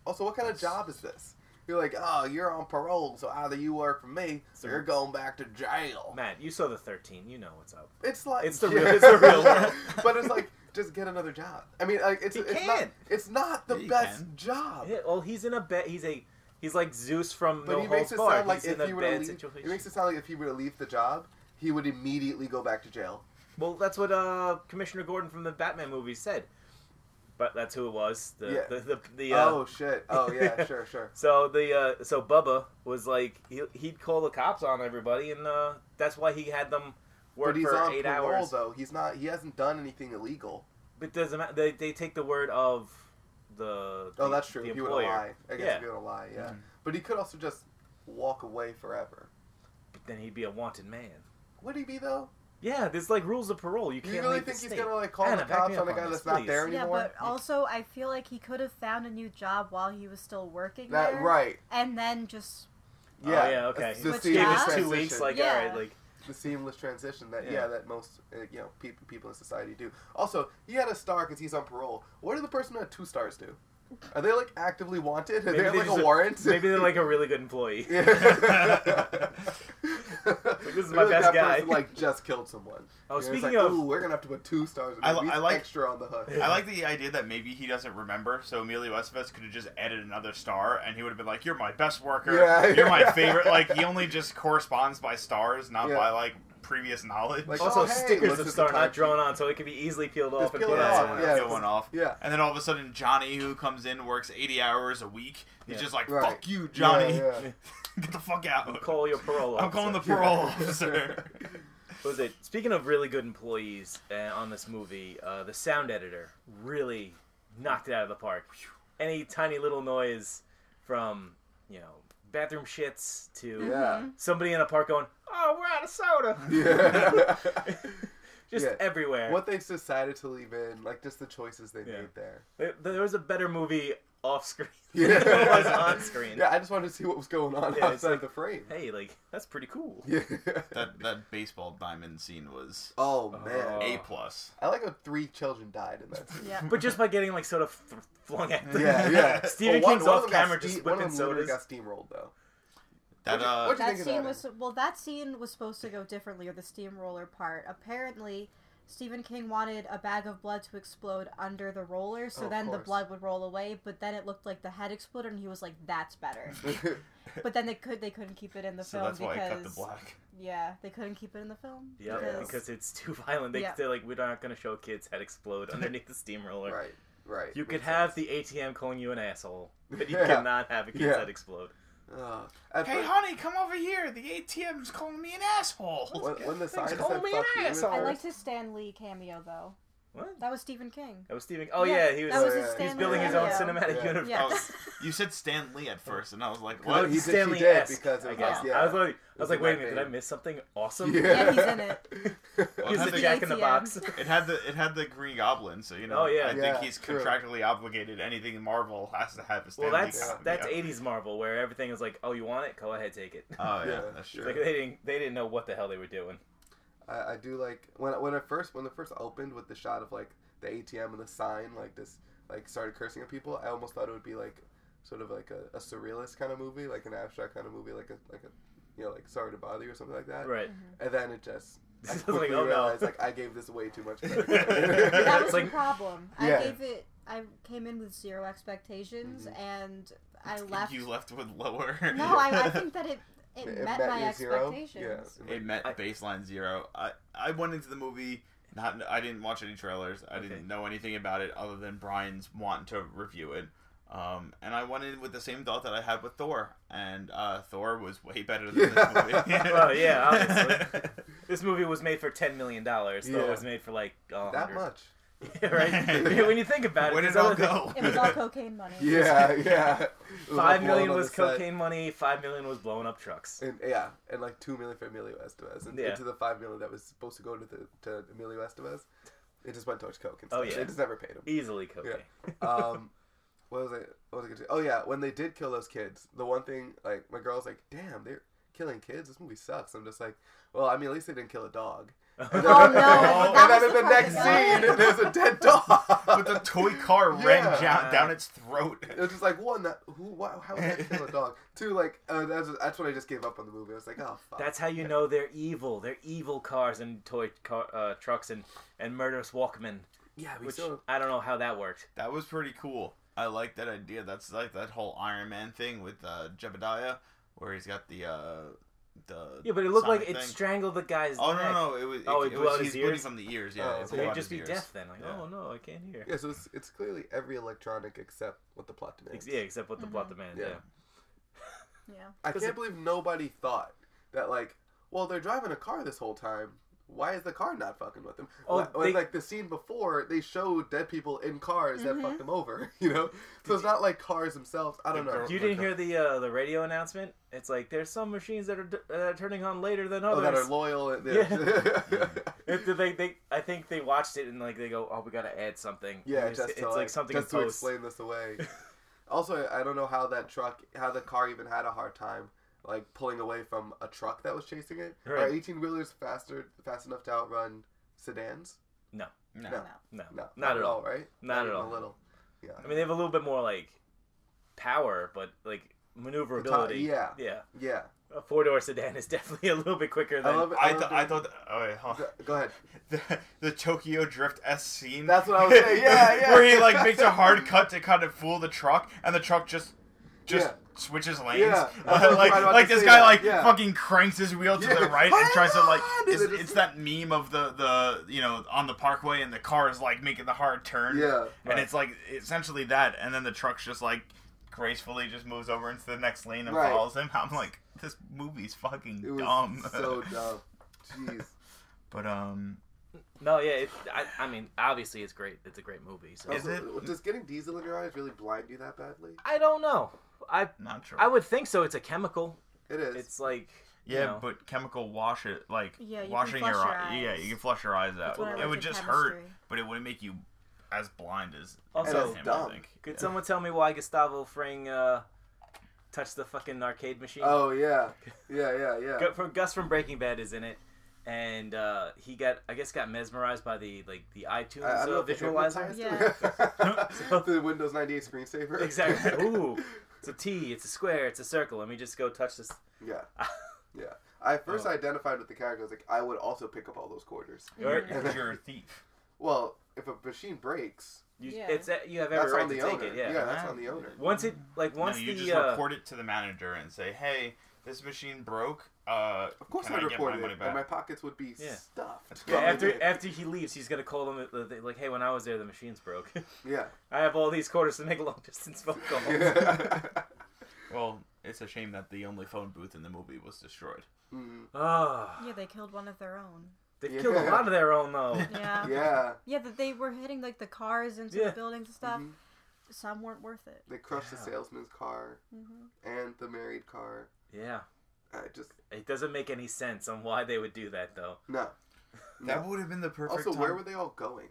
Speaker 2: Also, what kind of job is this? You're like, oh, you're on parole, so either you work for me,
Speaker 3: So-
Speaker 2: or you're going back to jail.
Speaker 3: Matt, you saw the 13. You know what's up.
Speaker 2: It's like
Speaker 3: It's the real- it's the real world.
Speaker 2: but it's like just get another job. I mean, like it's
Speaker 5: He
Speaker 2: it's not
Speaker 5: can.
Speaker 2: it's not the
Speaker 5: Yeah, he
Speaker 2: best
Speaker 5: can.
Speaker 2: job.
Speaker 3: Yeah, well, he's in a bed. He's a he's like Zeus from
Speaker 2: Uh, But
Speaker 3: No
Speaker 2: he makes
Speaker 3: Holds
Speaker 2: it
Speaker 3: Barred.
Speaker 2: sound like
Speaker 3: he's in
Speaker 2: if
Speaker 3: a
Speaker 2: he were to
Speaker 3: bad
Speaker 2: leave,
Speaker 3: situation.
Speaker 2: it makes it sound like if he were to leave the job, he would immediately go back to jail.
Speaker 3: Well, that's what uh, Commissioner Gordon from the Batman movie said. But that's who it was. The
Speaker 2: Yeah.
Speaker 3: the the, the uh,
Speaker 2: Oh shit! Oh yeah, sure, sure.
Speaker 3: So the uh, so Bubba was like he, he'd call the cops on everybody, and uh, that's why he had them
Speaker 2: But
Speaker 3: work
Speaker 2: he's
Speaker 3: for
Speaker 2: on
Speaker 3: eight
Speaker 2: parole
Speaker 3: hours.
Speaker 2: though. He's not. He hasn't done anything illegal.
Speaker 3: But doesn't matter. They, they take the word of the.
Speaker 2: Oh,
Speaker 3: the-
Speaker 2: that's true.
Speaker 3: The
Speaker 2: He would
Speaker 3: employer.
Speaker 2: lie. I guess
Speaker 3: Yeah.
Speaker 2: he would lie. Yeah.
Speaker 3: Mm-hmm.
Speaker 2: But he could also just walk away forever.
Speaker 3: But then he'd be a wanted man.
Speaker 2: Would he be though?
Speaker 3: Yeah, there's like rules of parole. You
Speaker 2: Do
Speaker 3: can't.
Speaker 2: you really
Speaker 3: leave the
Speaker 2: think he's
Speaker 3: state.
Speaker 2: gonna like call
Speaker 3: Anna,
Speaker 2: the
Speaker 3: back
Speaker 2: cops
Speaker 3: me up
Speaker 2: on a
Speaker 3: on
Speaker 2: guy
Speaker 3: this,
Speaker 2: that's not
Speaker 3: please.
Speaker 2: there
Speaker 4: Yeah,
Speaker 2: anymore?
Speaker 4: but also I feel like he could have found a new job while he was still working
Speaker 2: that
Speaker 4: there,
Speaker 2: right?
Speaker 4: And then just
Speaker 2: Yeah.
Speaker 3: Oh, yeah. Okay.
Speaker 2: It's
Speaker 4: the
Speaker 3: Just
Speaker 4: seamless
Speaker 3: Give us two
Speaker 2: transition.
Speaker 3: weeks. Like,
Speaker 4: Yeah.
Speaker 3: all right. Like,
Speaker 2: the seamless transition that yeah,
Speaker 3: Yeah.
Speaker 2: that most uh, you know people people in society do. Also, he had a star because he's on parole. What do the person who had two stars do? Are they like actively wanted? Are they have
Speaker 3: they
Speaker 2: like a
Speaker 3: just-
Speaker 2: warrant?
Speaker 3: Maybe they're like a really good employee.
Speaker 2: Yeah.
Speaker 3: this is
Speaker 2: Maybe,
Speaker 3: my
Speaker 2: like, that
Speaker 3: best guy.
Speaker 2: Person, like just killed someone.
Speaker 3: Oh,
Speaker 2: And it's
Speaker 3: speaking
Speaker 2: like,
Speaker 3: of-
Speaker 2: ooh, we're gonna have to put two stars.
Speaker 5: I
Speaker 2: I,
Speaker 5: li-
Speaker 2: he's
Speaker 5: I like-
Speaker 2: extra on the hook.
Speaker 5: I like the idea that maybe he doesn't remember, so Emilio Estevez could have just added another star, and he would have been like, "You're my best worker.
Speaker 2: Yeah.
Speaker 5: You're my favorite." Like he only just corresponds by stars, not
Speaker 2: Yeah.
Speaker 5: by like previous knowledge.
Speaker 2: Like,
Speaker 3: also,
Speaker 2: oh, hey,
Speaker 3: stickers
Speaker 2: look
Speaker 3: of
Speaker 2: at
Speaker 3: star
Speaker 2: the
Speaker 3: not
Speaker 2: time
Speaker 3: drawn on, so it can be easily peeled off
Speaker 2: Just
Speaker 3: and
Speaker 2: peel
Speaker 3: put
Speaker 2: it
Speaker 3: on
Speaker 2: off,
Speaker 3: someone
Speaker 2: yeah.
Speaker 3: else.
Speaker 5: Peel one off.
Speaker 2: Yeah.
Speaker 5: And then all of a sudden, Johnny, who comes in, works 80 hours a week, he's
Speaker 3: Yeah.
Speaker 5: just like,
Speaker 2: Right.
Speaker 5: fuck you, Johnny.
Speaker 2: Yeah, yeah.
Speaker 5: Get the fuck out.
Speaker 3: Call your parole.
Speaker 5: I'm calling the
Speaker 3: officer.
Speaker 5: parole officer.
Speaker 3: What was it? Speaking of really good employees uh, on this movie, uh, the sound editor really knocked it out of the park. Any tiny little noise from you know bathroom shits to
Speaker 2: Yeah.
Speaker 3: somebody in a park going, "Oh, we're out of soda,"
Speaker 2: Yeah.
Speaker 3: just
Speaker 2: Yeah.
Speaker 3: everywhere.
Speaker 2: what they decided to leave in, like just the choices they
Speaker 3: Yeah.
Speaker 2: made there.
Speaker 3: There, there was a better movie off screen
Speaker 2: Yeah.
Speaker 3: than there was on screen.
Speaker 2: Yeah, I just wanted to see what was going on
Speaker 3: Yeah, it's
Speaker 2: outside
Speaker 3: like-
Speaker 2: the frame.
Speaker 3: Hey, like that's pretty cool.
Speaker 2: Yeah.
Speaker 5: that, that baseball diamond scene was
Speaker 2: oh man,
Speaker 3: Oh.
Speaker 5: A. plus.
Speaker 2: I like how three children died in that. Scene.
Speaker 4: Mm-hmm. yeah.
Speaker 3: But just by getting like soda f- flung at them.
Speaker 2: Yeah, yeah.
Speaker 3: Stephen
Speaker 2: one-
Speaker 3: King's
Speaker 2: one of
Speaker 3: off
Speaker 2: them got
Speaker 3: camera just
Speaker 2: ste- one of
Speaker 3: whipping
Speaker 2: them literally
Speaker 3: sodas.
Speaker 2: got steamrolled though.
Speaker 5: That,
Speaker 2: What'd you-
Speaker 5: uh,
Speaker 2: what'd you
Speaker 4: that
Speaker 2: think of
Speaker 4: scene
Speaker 2: that,
Speaker 4: was well. That scene was supposed to go differently, or the steamroller part. Apparently, Stephen King wanted a bag of blood to explode under the roller,
Speaker 2: Oh,
Speaker 4: so
Speaker 2: of
Speaker 4: then the
Speaker 2: course.
Speaker 4: blood would roll away. But then it looked like the head exploded, and he was like, "That's better."
Speaker 2: Adam?
Speaker 4: but then they could they couldn't keep it in the
Speaker 5: so
Speaker 4: film
Speaker 5: that's why
Speaker 4: because
Speaker 5: I cut the black.
Speaker 4: yeah, they couldn't keep it in the film.
Speaker 3: Yeah,
Speaker 4: because-
Speaker 3: because it's too violent. They,
Speaker 4: Yeah.
Speaker 3: They're like, we're not going to show kids head explode underneath the steamroller.
Speaker 2: right, right.
Speaker 3: You could
Speaker 2: Makes
Speaker 3: have
Speaker 2: sense.
Speaker 3: the ATM calling you an asshole, but you
Speaker 2: Yeah.
Speaker 3: cannot have a kid's
Speaker 2: Yeah.
Speaker 3: head explode.
Speaker 2: Ugh. At
Speaker 5: Hey,
Speaker 2: first-
Speaker 5: honey, come over here. The ATM's calling me an asshole.
Speaker 2: when, when the sign said
Speaker 3: call
Speaker 2: "fuck
Speaker 3: me
Speaker 2: you,"
Speaker 3: an
Speaker 2: at
Speaker 3: asshole.
Speaker 4: I
Speaker 2: first-
Speaker 4: liked his Stan Lee cameo though.
Speaker 3: What?
Speaker 4: That was Stephen King.
Speaker 3: That was Stephen. Oh yeah, he was.
Speaker 4: that was
Speaker 2: Oh,
Speaker 4: his
Speaker 2: yeah.
Speaker 4: Stan
Speaker 3: He's
Speaker 4: Lee
Speaker 3: building his own
Speaker 4: cameo.
Speaker 3: cinematic
Speaker 2: Yeah.
Speaker 3: universe.
Speaker 4: Yeah.
Speaker 5: Oh, you said Stan Lee at first, and I was like,
Speaker 2: No,
Speaker 5: what?
Speaker 2: he did- she
Speaker 3: Stanley
Speaker 2: did because it
Speaker 3: I
Speaker 2: was-
Speaker 3: guess.
Speaker 2: yeah.
Speaker 3: I was like, I
Speaker 2: was
Speaker 3: was
Speaker 2: in
Speaker 3: like,
Speaker 2: my
Speaker 3: wait a minute, did I
Speaker 2: vein.
Speaker 3: miss something awesome?
Speaker 4: Yeah, he's in it.
Speaker 5: Well,
Speaker 3: He was the
Speaker 5: it, had
Speaker 4: Jack-
Speaker 5: the,
Speaker 3: Jack in the
Speaker 4: ATM.
Speaker 3: Box.
Speaker 5: it had the it had the Green Goblin, so you know.
Speaker 3: Oh, yeah.
Speaker 5: I
Speaker 2: Yeah,
Speaker 5: think he's
Speaker 2: true.
Speaker 5: contractually obligated. Anything Marvel has to have a Stan
Speaker 3: Well, that's
Speaker 5: Lee copy.
Speaker 3: that's
Speaker 5: yeah.
Speaker 3: 80s Marvel where everything is like, oh, you want it? Go ahead, take it.
Speaker 5: Oh yeah,
Speaker 2: Yeah.
Speaker 5: that's true.
Speaker 3: Like, they didn't they didn't know what the hell they were doing.
Speaker 2: I, I do like when when it first when it first opened with the shot of like the ATM and the sign like this like started cursing at people. I almost thought it would be like sort of like a, a surrealist kind of movie, like an abstract kind of movie, like a like a you know like Sorry to Bother You or something like that.
Speaker 3: Right.
Speaker 2: And then it just I
Speaker 3: I was like,
Speaker 2: quickly
Speaker 3: oh, no.
Speaker 2: realized like I gave this way too much. credit.
Speaker 4: that was
Speaker 3: It's
Speaker 4: the
Speaker 3: like-
Speaker 4: problem.
Speaker 2: Yeah.
Speaker 4: I gave it. I came in with zero expectations, and I left.
Speaker 5: Mm-hmm. You left with lower.
Speaker 4: No, I, I think that it it,
Speaker 2: It
Speaker 4: met, my
Speaker 2: your zero.
Speaker 4: expectations.
Speaker 2: Yeah.
Speaker 5: it met
Speaker 3: I-
Speaker 5: baseline zero. I I went into the movie not I didn't watch any trailers. I
Speaker 3: Okay.
Speaker 5: didn't know anything about it other than Brian's wanting to review it. Um, and I went in with the same thought that I had with Thor, and uh, Thor was way better than this movie.
Speaker 3: Well, yeah, obviously. This movie was made for ten million dollars. Though
Speaker 2: Yeah.
Speaker 3: it was made for like a
Speaker 2: that
Speaker 3: hundred.
Speaker 2: much.
Speaker 3: Yeah, right? when you think about it,
Speaker 5: Where did
Speaker 3: there's
Speaker 5: it all
Speaker 3: other things-
Speaker 5: go?
Speaker 4: It was all cocaine money.
Speaker 2: Yeah, yeah.
Speaker 3: Five million was
Speaker 2: cocaine.
Speaker 3: cocaine money. Five million was blowing up trucks.
Speaker 2: And yeah, and like two million for Emilio Estevez, and
Speaker 3: Yeah.
Speaker 2: into the five million that was supposed to go to the to Emilio Estevez, it just went towards coke. And
Speaker 3: Oh,
Speaker 2: stuff.
Speaker 3: yeah.
Speaker 2: it just never paid him.
Speaker 3: Easily cocaine.
Speaker 2: Um, what was I? What was I gonna say? Oh yeah, when they did kill those kids, the one thing like my girl's like, "Damn, they're killing kids. This movie sucks." I'm just like, "Well, I mean, at least they didn't kill a dog." And
Speaker 4: Oh, no,
Speaker 5: that
Speaker 2: and then
Speaker 4: was
Speaker 2: in the,
Speaker 4: the part
Speaker 2: next
Speaker 4: that-
Speaker 2: scene, there's a dead dog.
Speaker 5: With the toy car ran
Speaker 2: Yeah.
Speaker 5: down, down its throat.
Speaker 2: It was just like one that who why, how would that kill a dog? Two like uh, that's that's when I just gave up on the movie. I was like, oh fuck.
Speaker 3: That's how you know they're evil. They're evil cars and toy car, uh, trucks and, and murderous Walkman.
Speaker 2: yeah, we
Speaker 3: Which
Speaker 2: still
Speaker 3: I don't know how that worked.
Speaker 5: That was pretty cool. I like that idea. That's like that whole Iron Man thing with uh, Jebediah, where he's got the uh, the
Speaker 3: Yeah, but it looked
Speaker 5: sonic
Speaker 3: like it
Speaker 5: thing.
Speaker 3: strangled the guy's
Speaker 5: Oh
Speaker 3: neck.
Speaker 5: no, no, it was.
Speaker 3: Oh,
Speaker 5: it,
Speaker 3: he
Speaker 5: it
Speaker 3: blew out
Speaker 5: was,
Speaker 3: his
Speaker 5: he's bleeding
Speaker 3: ears?
Speaker 5: from the ears. Yeah,
Speaker 2: Oh,
Speaker 5: it
Speaker 2: so
Speaker 3: So
Speaker 5: blew
Speaker 3: he'd
Speaker 5: out
Speaker 3: just
Speaker 5: his
Speaker 3: be
Speaker 5: ears.
Speaker 3: deaf then. Like,
Speaker 5: Yeah.
Speaker 3: oh no, I can't hear.
Speaker 2: yeah. So it's, it's clearly every electronic except what the plot
Speaker 3: Ex-
Speaker 2: demands.
Speaker 3: Yeah, except what the plot demands. Yeah.
Speaker 2: Yeah.
Speaker 4: Yeah.
Speaker 2: I can't
Speaker 3: 'Cause it-
Speaker 2: believe nobody thought that like, well, they're driving a car this whole time. Why is the car not fucking with them?
Speaker 3: Oh,
Speaker 2: Why- or,
Speaker 3: they-
Speaker 2: like the scene before, they showed dead people in cars that fucked them over. You know, so it's not like cars themselves. I don't
Speaker 5: The
Speaker 2: know.
Speaker 5: girl-
Speaker 3: You
Speaker 5: Like
Speaker 3: didn't
Speaker 5: a-
Speaker 3: hear the uh, the radio announcement? It's like there's some machines that are, d- that are turning on later than
Speaker 2: Oh,
Speaker 3: others.
Speaker 2: that are loyal. And, yeah.
Speaker 3: It- they, they, I think they watched it and like they go, oh, we gotta add something.
Speaker 2: Yeah,
Speaker 3: And
Speaker 2: just,
Speaker 3: it's,
Speaker 2: to,
Speaker 3: it's like something
Speaker 2: just
Speaker 3: in
Speaker 2: to
Speaker 3: post.
Speaker 2: explain this away. also, I don't know how that truck, how the car even had a hard time like pulling away from a truck that was chasing it. Are
Speaker 3: Right.
Speaker 2: eighteen wheelers faster, fast enough to outrun sedans?
Speaker 3: No,
Speaker 5: No.
Speaker 2: No.
Speaker 3: no,
Speaker 2: No,
Speaker 3: not, at all.
Speaker 2: right?
Speaker 3: Not at
Speaker 2: even
Speaker 3: all.
Speaker 2: A little. Yeah.
Speaker 3: I mean, they have a little bit more like power, but like maneuverability.
Speaker 2: yeah.
Speaker 3: yeah.
Speaker 2: yeah.
Speaker 3: A four door sedan is definitely a little bit quicker
Speaker 2: I
Speaker 3: than.
Speaker 2: love it.
Speaker 5: I,
Speaker 2: love
Speaker 5: th-
Speaker 2: the-
Speaker 3: Um,
Speaker 5: I thought. Oh wait, hold on.
Speaker 2: the- Go ahead.
Speaker 5: the, the Tokyo Drift S scene.
Speaker 2: That's what I was saying, yeah, yeah.
Speaker 5: Where he like makes a hard cut to kind of fool the truck, and the truck just just
Speaker 2: Yeah.
Speaker 5: switches lanes.
Speaker 2: Yeah. I
Speaker 5: Uh,
Speaker 2: was
Speaker 5: like
Speaker 2: right about
Speaker 5: like
Speaker 2: to
Speaker 5: this
Speaker 2: say
Speaker 5: guy
Speaker 2: that,
Speaker 5: like
Speaker 2: yeah.
Speaker 5: fucking cranks his wheel to
Speaker 2: Yeah.
Speaker 5: the right and tries to like
Speaker 2: And
Speaker 5: it's,
Speaker 2: it just-
Speaker 5: it's that meme of the the you know on the parkway and the car is like making the hard turn.
Speaker 2: Yeah.
Speaker 5: and
Speaker 3: Right.
Speaker 5: it's like essentially that, and then the truck's just like gracefully just moves over into the next lane and
Speaker 2: Right.
Speaker 5: follows him. I'm like, this movie's fucking
Speaker 2: It was
Speaker 5: dumb.
Speaker 2: so dumb. Jeez.
Speaker 5: but um.
Speaker 3: No, yeah. It, I, I mean, obviously, it's great. It's a great movie. So
Speaker 5: Is
Speaker 2: Also,
Speaker 5: it-
Speaker 2: Does getting diesel in your eyes really blind you that badly?
Speaker 3: I don't know. I
Speaker 5: Not sure.
Speaker 3: I would think so. It's a chemical.
Speaker 2: It is.
Speaker 3: It's like you
Speaker 5: Yeah,
Speaker 3: know.
Speaker 5: but chemical wash it like
Speaker 4: Yeah, you can
Speaker 5: washing
Speaker 4: flush
Speaker 5: your,
Speaker 4: your
Speaker 5: eye- Yeah,
Speaker 4: eyes.
Speaker 5: you can flush your eyes out.
Speaker 4: what I
Speaker 5: It
Speaker 4: like
Speaker 5: would
Speaker 4: in
Speaker 5: just hurt,
Speaker 4: chemistry.
Speaker 5: but it wouldn't make you as blind as
Speaker 3: Also-
Speaker 5: as
Speaker 3: And it's
Speaker 5: him,
Speaker 2: dumb.
Speaker 5: I think.
Speaker 3: Could someone tell me why Gustavo Fring uh, touched the fucking arcade machine?
Speaker 2: oh yeah. Yeah. Yeah. Yeah.
Speaker 3: Gu- from Gus from Breaking Bad is in it, and uh, he got I guess got mesmerized by the like the iTunes
Speaker 2: I, I don't
Speaker 3: uh,
Speaker 2: know
Speaker 3: visualizer.
Speaker 2: visualizer. the Windows 98 screensaver.
Speaker 3: Exactly. Ooh, it's a T. It's a square. It's a circle. Let me just go touch this.
Speaker 2: Yeah. Yeah. I
Speaker 3: Oh.
Speaker 2: first identified with the character. I was like, I would also pick up all those quarters.
Speaker 3: Or-
Speaker 5: Because you're a thief.
Speaker 2: Well, if a machine breaks,
Speaker 3: you,
Speaker 4: Yeah.
Speaker 3: It's uh, you have every
Speaker 2: that's
Speaker 3: right
Speaker 2: on
Speaker 3: to
Speaker 2: the
Speaker 3: take
Speaker 2: owner.
Speaker 3: it. Yeah.
Speaker 2: that's on the owner.
Speaker 3: Once it like once
Speaker 5: no, you
Speaker 3: the
Speaker 5: just
Speaker 3: uh,
Speaker 5: report it to the manager and say, "Hey, this machine broke. Uh,
Speaker 2: Of course,
Speaker 5: can
Speaker 2: I'd
Speaker 5: I get my
Speaker 2: report it,
Speaker 5: money
Speaker 2: and my
Speaker 5: back?"
Speaker 2: pockets would be
Speaker 3: Yeah.
Speaker 2: stuffed.
Speaker 3: yeah, after after he leaves, he's gonna call them uh, they- like, "Hey, when I was there, the machines broke.
Speaker 2: yeah.
Speaker 3: I have all these quarters to make long distance phone calls."
Speaker 5: Well, it's a shame that the only phone booth in the movie was destroyed.
Speaker 2: Mhm.
Speaker 3: Ah,
Speaker 4: Yeah, they killed one of their own.
Speaker 3: they've
Speaker 2: Yeah.
Speaker 3: killed a lot of their own though.
Speaker 4: Yeah. yeah.
Speaker 2: yeah, Mm-hmm.
Speaker 4: that they were hitting like the cars into
Speaker 3: Yeah.
Speaker 4: the buildings and stuff. Some weren't worth it.
Speaker 2: they crushed the
Speaker 3: Yeah.
Speaker 2: salesman's car and the married car.
Speaker 3: yeah,
Speaker 2: I just
Speaker 3: it doesn't make any sense on why they would do that though.
Speaker 2: no.
Speaker 5: That
Speaker 2: no.
Speaker 5: would have been the perfect.
Speaker 2: Also, where
Speaker 5: time-
Speaker 2: were they all going?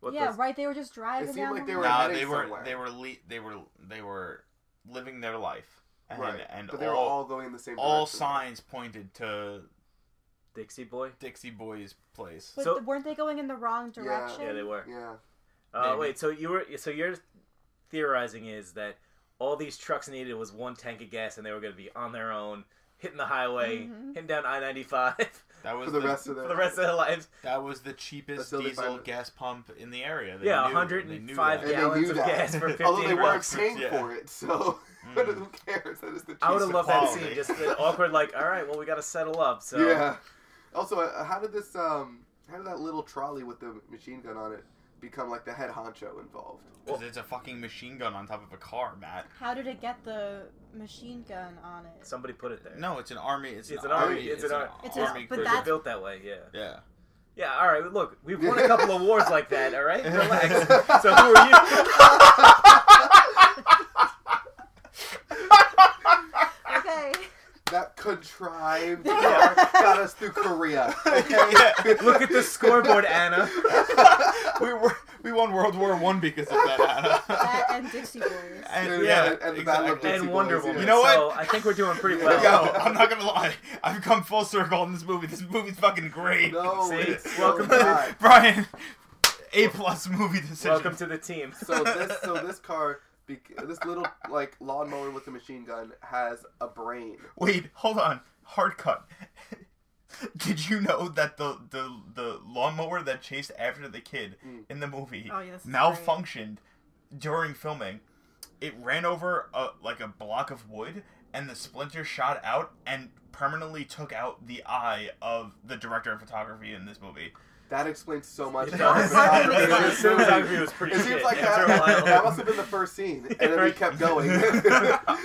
Speaker 3: What
Speaker 4: yeah,
Speaker 3: does-
Speaker 4: right. They were just driving.
Speaker 2: seemed
Speaker 4: down
Speaker 2: like
Speaker 4: the
Speaker 2: they were-
Speaker 4: road.
Speaker 5: No,
Speaker 2: heading
Speaker 5: they were
Speaker 2: somewhere.
Speaker 5: they were le- they were they were living their life. And,
Speaker 2: right,
Speaker 5: and
Speaker 2: but they were all going in the same.
Speaker 5: all
Speaker 2: direction.
Speaker 5: signs pointed to
Speaker 3: Dixie Boy.
Speaker 5: Dixie Boy's place.
Speaker 4: But
Speaker 3: So-
Speaker 4: th- weren't they going in the wrong
Speaker 2: Yeah.
Speaker 4: direction?
Speaker 3: Yeah, they were.
Speaker 2: Yeah,
Speaker 3: Uh,
Speaker 5: Maybe.
Speaker 3: wait, so you were so you're theorizing is that all these trucks needed was one tank of gas, and they were going to be on their own, hitting the highway,
Speaker 4: Mm-hmm.
Speaker 3: hitting down I ninety five
Speaker 5: That was
Speaker 2: for the, rest of
Speaker 3: for
Speaker 2: their
Speaker 3: the rest of their lives.
Speaker 5: That was the cheapest
Speaker 2: Until they
Speaker 5: diesel
Speaker 2: find it.
Speaker 5: gas pump in the area. They
Speaker 3: yeah,
Speaker 5: knew-
Speaker 3: hundred
Speaker 5: they knew
Speaker 3: and five
Speaker 5: that.
Speaker 2: And they
Speaker 3: gallons
Speaker 2: knew
Speaker 3: of
Speaker 2: that.
Speaker 3: gas for fifteen
Speaker 2: Although they weren't
Speaker 3: bucks.
Speaker 2: paying
Speaker 5: Yeah.
Speaker 2: for it, so
Speaker 5: Mm,
Speaker 2: who cares? That is the
Speaker 3: I would have
Speaker 2: cheapest
Speaker 3: loved that
Speaker 5: quality.
Speaker 3: scene, just the awkward, like, all right, well, we got to settle up. So
Speaker 2: Yeah. Also, uh, how did this um how did that little trolley with the machine gun on it become like the head honcho involved?
Speaker 5: 'Cause it's a fucking machine gun on top of a car, Matt.
Speaker 4: How did it get the machine gun on it?
Speaker 3: somebody put it there.
Speaker 5: No, it's an army. It's,
Speaker 3: It's
Speaker 5: an,
Speaker 3: an army-
Speaker 5: army.
Speaker 3: it's an ar-
Speaker 4: It's an-
Speaker 5: army.
Speaker 4: but
Speaker 5: group.
Speaker 3: They're
Speaker 4: that's-
Speaker 3: built that way, yeah.
Speaker 5: yeah.
Speaker 3: Yeah, all right. Look, we've won a couple of wars like that. All right, relax. So who are you?
Speaker 4: Okay.
Speaker 2: That control contrived car got us through Korea. Okay?
Speaker 3: Look at the scoreboard, Anna.
Speaker 5: we were we won World War One because of that. Anna.
Speaker 4: That and Dixie Boys.
Speaker 3: Yeah,
Speaker 5: and, yeah,
Speaker 2: and- and the Battle of
Speaker 5: exactly.
Speaker 2: Dixie
Speaker 3: And Wonder
Speaker 2: Boys,
Speaker 3: Woman.
Speaker 2: yeah.
Speaker 5: You know
Speaker 3: So
Speaker 5: what?
Speaker 3: I think we're doing pretty
Speaker 5: Yo,
Speaker 3: well.
Speaker 5: I'm not gonna lie. I've come full circle in this movie. This movie's fucking great.
Speaker 2: No,
Speaker 3: See?
Speaker 2: it's
Speaker 3: Welcome
Speaker 2: so
Speaker 3: to-
Speaker 2: not.
Speaker 5: Brian, A plus movie decision.
Speaker 3: Welcome to the team.
Speaker 2: So this, so this car, bec- this little like lawnmower with a machine gun has a brain.
Speaker 5: Wait, hold on. Hard cut. Did you know that the the the lawnmower that chased after the kid
Speaker 2: Mm.
Speaker 5: in the movie
Speaker 4: Oh, yeah, this is
Speaker 5: malfunctioned during filming? It ran over a, like a block of wood, and the splinter shot out and permanently took out the eye of the director of photography in this movie.
Speaker 2: That explains so much.
Speaker 3: It
Speaker 2: about
Speaker 3: does.
Speaker 2: the cinematography in
Speaker 4: The
Speaker 2: this movie.
Speaker 3: cinematography was pretty
Speaker 2: It seems
Speaker 3: shit
Speaker 2: like
Speaker 3: after
Speaker 2: that,
Speaker 3: a while.
Speaker 2: that must have been the first scene, and then we
Speaker 3: Right.
Speaker 2: kept going.
Speaker 3: I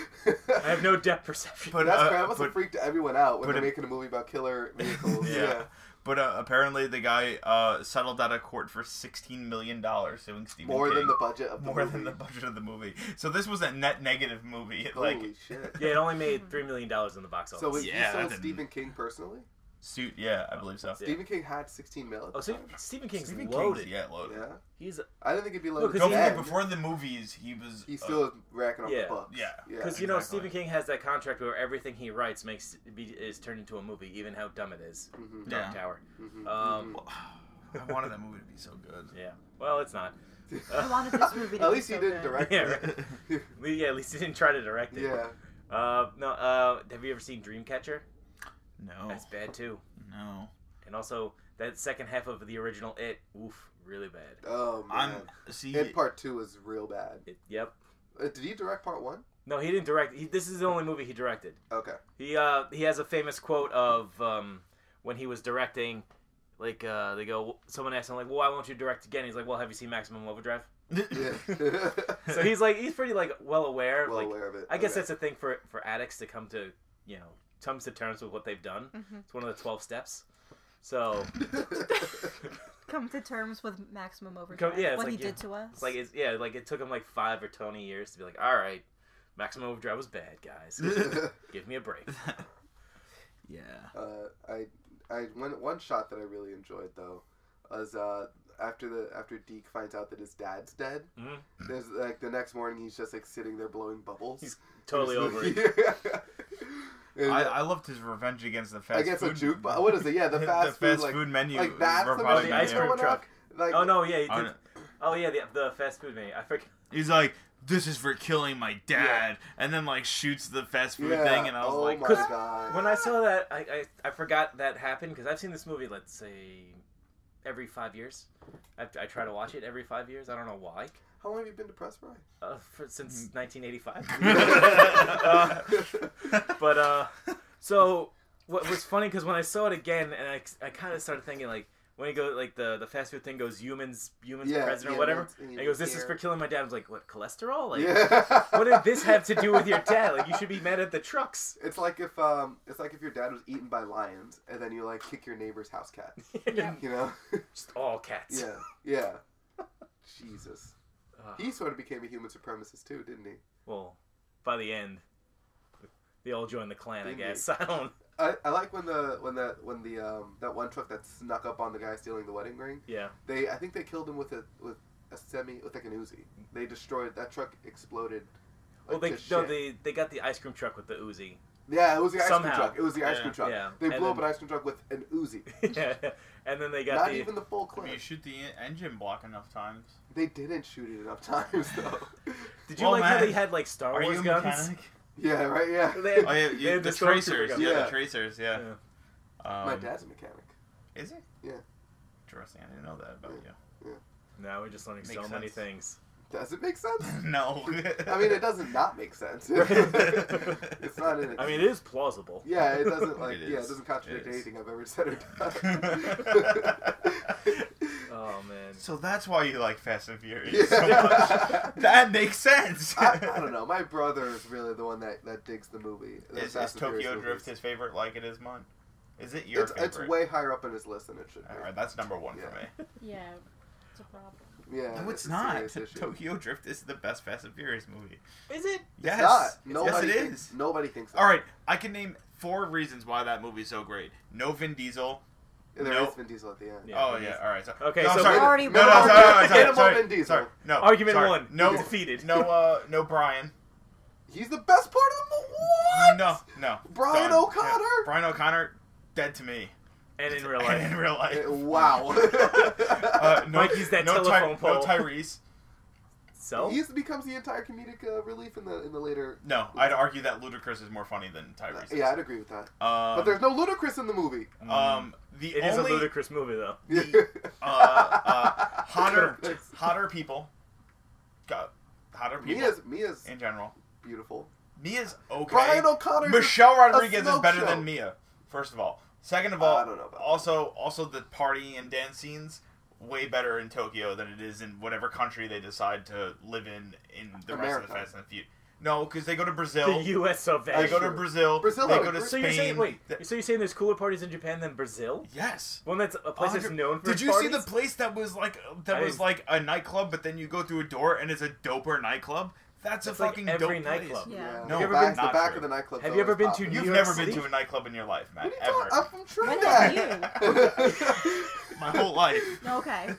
Speaker 3: have no depth perception.
Speaker 5: But
Speaker 2: That's
Speaker 5: uh,
Speaker 2: great. I must
Speaker 5: but-
Speaker 2: have freaked everyone out when
Speaker 5: but
Speaker 2: they're
Speaker 5: it-
Speaker 2: making a movie about killer vehicles.
Speaker 5: Yeah.
Speaker 2: yeah.
Speaker 5: But uh, apparently, the guy uh, settled out of court for sixteen million dollars suing Stephen
Speaker 2: More
Speaker 5: King.
Speaker 2: than the budget of the
Speaker 5: more
Speaker 2: movie.
Speaker 5: than the budget of the movie. So this was a net negative movie. It,
Speaker 2: Holy
Speaker 5: like
Speaker 2: shit.
Speaker 3: Yeah, it only made three million dollars in the box
Speaker 2: So
Speaker 3: office.
Speaker 2: wait,
Speaker 5: Yeah,
Speaker 2: you
Speaker 5: that
Speaker 2: sold
Speaker 5: didn't-
Speaker 2: Stephen King personally?
Speaker 5: suit, yeah, I believe so.
Speaker 3: Yeah.
Speaker 2: Stephen King had 16 mil. at
Speaker 3: oh,
Speaker 2: the
Speaker 3: so
Speaker 2: time.
Speaker 3: Stephen King's
Speaker 5: Stephen King's-
Speaker 3: loaded.
Speaker 5: yeah, loaded.
Speaker 2: Yeah.
Speaker 3: He's
Speaker 2: I didn't think it'd be
Speaker 3: No,
Speaker 2: low.
Speaker 3: 'cause
Speaker 5: Don't
Speaker 3: he-
Speaker 5: forget,
Speaker 3: Yeah.
Speaker 5: before the movies, he was
Speaker 2: He's
Speaker 5: uh,
Speaker 2: still racking up
Speaker 3: Yeah.
Speaker 2: the bucks.
Speaker 5: Yeah.
Speaker 3: because
Speaker 2: Yeah.
Speaker 3: you know
Speaker 5: Exactly.
Speaker 3: Stephen King has that contract where everything he writes makes be, is turned into a movie, even how dumb it is.
Speaker 2: Mhm.
Speaker 3: Dark
Speaker 5: Yeah.
Speaker 3: Tower.
Speaker 2: Mhm.
Speaker 3: Um,
Speaker 5: I wanted that movie to be so good.
Speaker 3: yeah. Well, it's not.
Speaker 4: I wanted this movie
Speaker 2: Mm-hmm.
Speaker 4: to
Speaker 2: At
Speaker 4: be
Speaker 2: least
Speaker 4: so
Speaker 2: he didn't
Speaker 4: good.
Speaker 2: direct
Speaker 3: Yeah,
Speaker 2: it.
Speaker 3: right. Yeah, at least he didn't try to direct it.
Speaker 2: yeah.
Speaker 3: Uh, no. Uh, have you ever seen Dreamcatcher?
Speaker 5: No,
Speaker 3: That's bad too.
Speaker 5: no.
Speaker 3: And also that second half of the original It, oof, really bad.
Speaker 2: Oh
Speaker 5: I'm
Speaker 2: man.
Speaker 5: see.
Speaker 2: And part two is real bad.
Speaker 3: It, yep.
Speaker 2: Uh, did he direct part one?
Speaker 3: No, he didn't direct. He, this is the only movie he directed.
Speaker 2: Okay.
Speaker 3: He uh he has a famous quote of um when he was directing, like uh they go someone asked him like well, why won't you direct again? He's like well have you seen Maximum Overdrive?
Speaker 2: Yeah.
Speaker 3: So he's like he's pretty like well aware.
Speaker 2: well
Speaker 3: like
Speaker 2: aware of it.
Speaker 3: I guess
Speaker 2: Okay.
Speaker 3: that's a thing for for addicts to come to you know comes to terms with what they've done.
Speaker 4: Mm-hmm.
Speaker 3: It's one of the twelve steps. So
Speaker 4: Come to terms with maximum
Speaker 3: Come-
Speaker 4: overdrive.
Speaker 3: yeah, it's
Speaker 4: what
Speaker 3: like,
Speaker 4: he
Speaker 3: yeah,
Speaker 4: did to us.
Speaker 3: it's like it's yeah like it took him like five or twenty years to be like all right, Maximum Overdrive was bad guys. Give me a break.
Speaker 5: yeah.
Speaker 2: Uh, I I one one shot that I really enjoyed though was uh after the after Deke finds out that his dad's dead.
Speaker 3: Mhm.
Speaker 2: There's like the next morning he's just like sitting there blowing bubbles.
Speaker 3: He's Totally
Speaker 2: Just
Speaker 3: over
Speaker 2: like-
Speaker 3: it.
Speaker 2: And,
Speaker 5: I,
Speaker 2: uh,
Speaker 5: I loved his revenge against the fast.
Speaker 2: I guess a
Speaker 5: food,
Speaker 2: jukebox. What is it? Yeah, the fast, food, like,
Speaker 5: menu.
Speaker 2: like that's the
Speaker 5: revival
Speaker 3: Oh, the ice
Speaker 5: menu.
Speaker 3: cream
Speaker 2: Someone
Speaker 3: truck.
Speaker 2: Like,
Speaker 3: Oh no, yeah, he
Speaker 5: Oh,
Speaker 3: did. Oh yeah, the, the fast food menu. I forget.
Speaker 5: He's like, "This is for killing my dad," and then like shoots the fast food
Speaker 2: yeah.
Speaker 5: thing, and I was
Speaker 2: oh
Speaker 5: like,
Speaker 2: my
Speaker 3: 'Cause
Speaker 2: god.
Speaker 3: When I saw that, I, I, I forgot that happened because I've seen this movie, let's say, every five years. I, I try to watch it every five years. I don't know why.
Speaker 2: How long have you been depressed, Brian?
Speaker 3: Uh, for, since 1985. Uh, but uh, so what was funny because when I saw it again, and I, I kind of started thinking like when he goes like the, the fast food thing goes humans humans
Speaker 2: Yeah,
Speaker 3: president
Speaker 2: yeah,
Speaker 3: or whatever.
Speaker 2: that's- and
Speaker 3: And
Speaker 2: he
Speaker 3: he goes,
Speaker 2: was
Speaker 3: "This is
Speaker 2: here."
Speaker 3: for killing my dad." I was like, "What cholesterol? Like,
Speaker 2: yeah.
Speaker 3: what did this have to do with your dad? Like, you should be mad at the trucks."
Speaker 2: It's like if um, it's like if your dad was eaten by lions, and then you like kick your neighbor's house cat.
Speaker 4: Yeah.
Speaker 2: You know?
Speaker 3: Just all cats.
Speaker 2: yeah, yeah. Jesus,
Speaker 3: Ugh.
Speaker 2: he sort of became a human supremacist too, didn't he?
Speaker 3: Well, by the end, they all join the clan, I
Speaker 2: Didn't
Speaker 3: guess. I don't.
Speaker 2: I, I like when the when that when the um that one truck that snuck up on the guy stealing the wedding ring.
Speaker 3: Yeah.
Speaker 2: They I think they killed him with a with a semi with like an Uzi. They destroyed that truck exploded.
Speaker 3: Well, they
Speaker 2: like, to
Speaker 3: no,
Speaker 2: shit.
Speaker 3: they they got the ice cream truck with the Uzi.
Speaker 2: yeah, it was the ice
Speaker 3: somehow.
Speaker 2: cream truck. It was the ice
Speaker 5: Yeah.
Speaker 2: cream truck.
Speaker 3: Yeah.
Speaker 2: They
Speaker 3: And
Speaker 2: blew up an
Speaker 3: then-
Speaker 2: ice cream truck with an Uzi.
Speaker 3: and then they got
Speaker 2: Not
Speaker 3: the
Speaker 2: even the full clip.
Speaker 5: you shoot the engine block enough times.
Speaker 2: They didn't shoot it enough times though.
Speaker 3: Did you
Speaker 5: Well,
Speaker 3: like how
Speaker 5: man,
Speaker 3: they had like Star
Speaker 5: Are
Speaker 3: Wars
Speaker 5: you a
Speaker 3: guns?
Speaker 5: mechanic?
Speaker 2: yeah, right. Yeah.
Speaker 3: They had-
Speaker 5: Oh yeah, you-
Speaker 3: they had
Speaker 5: the,
Speaker 3: the stormtrooper
Speaker 5: tracers.
Speaker 3: guns.
Speaker 5: Yeah,
Speaker 2: Yeah.
Speaker 5: the tracers. Yeah.
Speaker 3: Yeah.
Speaker 5: Um,
Speaker 2: My dad's a mechanic.
Speaker 5: Is it?
Speaker 2: Yeah.
Speaker 5: Interesting. I didn't know that about you.
Speaker 3: Now we're just learning so
Speaker 5: Makes
Speaker 3: many
Speaker 5: sense.
Speaker 3: things.
Speaker 2: Does it make sense?
Speaker 5: no.
Speaker 2: I mean, it doesn't not make sense. it's not in it.
Speaker 3: I mean, it is plausible.
Speaker 2: yeah, it doesn't like
Speaker 5: It
Speaker 2: yeah, it
Speaker 5: is.
Speaker 2: doesn't contradict
Speaker 5: It is.
Speaker 2: anything I've ever said or done.
Speaker 3: Oh man.
Speaker 5: So that's why you like Fast and Furious so much.
Speaker 2: Yeah.
Speaker 5: That makes sense.
Speaker 2: I, I don't know. My brother is really the one that, that digs the movie. the
Speaker 5: Is, is
Speaker 2: Fast and Furious
Speaker 5: Tokyo Drift
Speaker 2: movies.
Speaker 5: his favorite? Like it is mine. Is it your
Speaker 2: It's, it's
Speaker 5: favorite?
Speaker 2: way higher up on his list than it should be.
Speaker 5: All right, that's number one
Speaker 2: Yeah.
Speaker 5: for me.
Speaker 4: yeah. It's a problem.
Speaker 2: Yeah,
Speaker 5: No, it's
Speaker 2: a
Speaker 5: not.
Speaker 2: serious issue.
Speaker 5: Tokyo Drift is the best Fast and Furious movie.
Speaker 3: Is it?
Speaker 5: Yes.
Speaker 2: It's not.
Speaker 5: Yes,
Speaker 2: Nobody
Speaker 5: it
Speaker 2: thinks,
Speaker 5: is.
Speaker 2: Nobody thinks.
Speaker 5: All right, I can name four reasons why that movie is so great. No Vin Diesel.
Speaker 2: There
Speaker 5: no.
Speaker 2: is Vin Diesel at the end.
Speaker 3: Yeah,
Speaker 5: oh
Speaker 3: Vin
Speaker 5: yeah.
Speaker 3: Diesel.
Speaker 5: All right. So,
Speaker 3: Okay,
Speaker 5: No, I'm
Speaker 3: so
Speaker 5: sorry.
Speaker 4: we already-
Speaker 5: no,
Speaker 4: we
Speaker 5: no,
Speaker 4: already-
Speaker 5: sorry, sorry, sorry,
Speaker 2: Get him
Speaker 5: sorry,
Speaker 2: on Vin Diesel.
Speaker 5: sorry. No.
Speaker 3: Argument
Speaker 5: sorry.
Speaker 3: one.
Speaker 5: No.
Speaker 3: You're defeated.
Speaker 5: No. Uh. No Brian.
Speaker 2: He's the best part of the movie. What?
Speaker 5: No. No.
Speaker 2: Brian
Speaker 5: Done.
Speaker 2: O'Connor?
Speaker 5: Yeah, Brian O'Connor, dead to me.
Speaker 3: And in real
Speaker 5: And
Speaker 3: life,
Speaker 5: in real life.
Speaker 2: Eh, Wow.
Speaker 5: Uh, no,
Speaker 3: Mikey's that
Speaker 5: no
Speaker 3: telephone pole.
Speaker 5: No Tyrese.
Speaker 3: so
Speaker 2: He becomes the entire comedic uh, relief in the in the later. uh,
Speaker 5: No, I'd argue that Ludacris is more funny than Tyrese.
Speaker 2: Yeah, I'd agree with that.
Speaker 5: Um,
Speaker 2: but there's no ludicrous in the movie.
Speaker 5: um, the
Speaker 3: Mm. it is
Speaker 5: only
Speaker 3: a ludicrous movie though.
Speaker 5: uh, uh, hotter hotter people got hotter people
Speaker 2: Mia's Mia's
Speaker 5: in general.
Speaker 2: beautiful.
Speaker 5: Mia's okay.
Speaker 2: Brian O'Connor's
Speaker 5: Michelle
Speaker 2: a- a
Speaker 5: Rodriguez is
Speaker 2: smoke
Speaker 5: better
Speaker 2: show.
Speaker 5: than Mia. First of all, second of
Speaker 2: Uh,
Speaker 5: all,
Speaker 2: I don't know about
Speaker 5: also also the party and dance scenes way better in Tokyo than it is in whatever country they decide to live in in the rest of
Speaker 2: America.
Speaker 5: the Fast and the Few. No, because they go to Brazil.
Speaker 3: The U.S. of A.
Speaker 5: They go to
Speaker 2: Sure.
Speaker 5: Brazil.
Speaker 2: Brazil,
Speaker 5: They go to
Speaker 2: so
Speaker 3: So
Speaker 5: Spain.
Speaker 3: you're saying wait?
Speaker 5: Th-
Speaker 3: So you're saying there's cooler parties in Japan than Brazil?
Speaker 5: yes.
Speaker 3: One that's a place that's
Speaker 5: Hundred-
Speaker 3: known for.
Speaker 5: Did
Speaker 3: its
Speaker 5: you see the
Speaker 3: parties?
Speaker 5: place that was like that
Speaker 3: I
Speaker 5: was
Speaker 3: didn't-
Speaker 5: like a nightclub, but then you go through a door and it's a doper nightclub? That's,
Speaker 3: That's
Speaker 5: a
Speaker 3: like
Speaker 5: fucking
Speaker 3: every
Speaker 5: dope
Speaker 3: nightclub.
Speaker 5: place.
Speaker 4: Yeah.
Speaker 2: Yeah.
Speaker 5: No,
Speaker 2: the
Speaker 5: Have you ever
Speaker 2: back,
Speaker 5: been-
Speaker 2: the back
Speaker 5: not
Speaker 2: of the nightclub.
Speaker 3: Have you ever been to New
Speaker 5: You've
Speaker 3: York
Speaker 5: never
Speaker 3: City?
Speaker 5: been to a nightclub in your life,
Speaker 2: What
Speaker 5: Matt.
Speaker 2: are you
Speaker 5: Ever.
Speaker 2: talking? I'm from
Speaker 4: When
Speaker 2: Trinidad.
Speaker 4: have
Speaker 5: My whole life.
Speaker 4: you? Okay.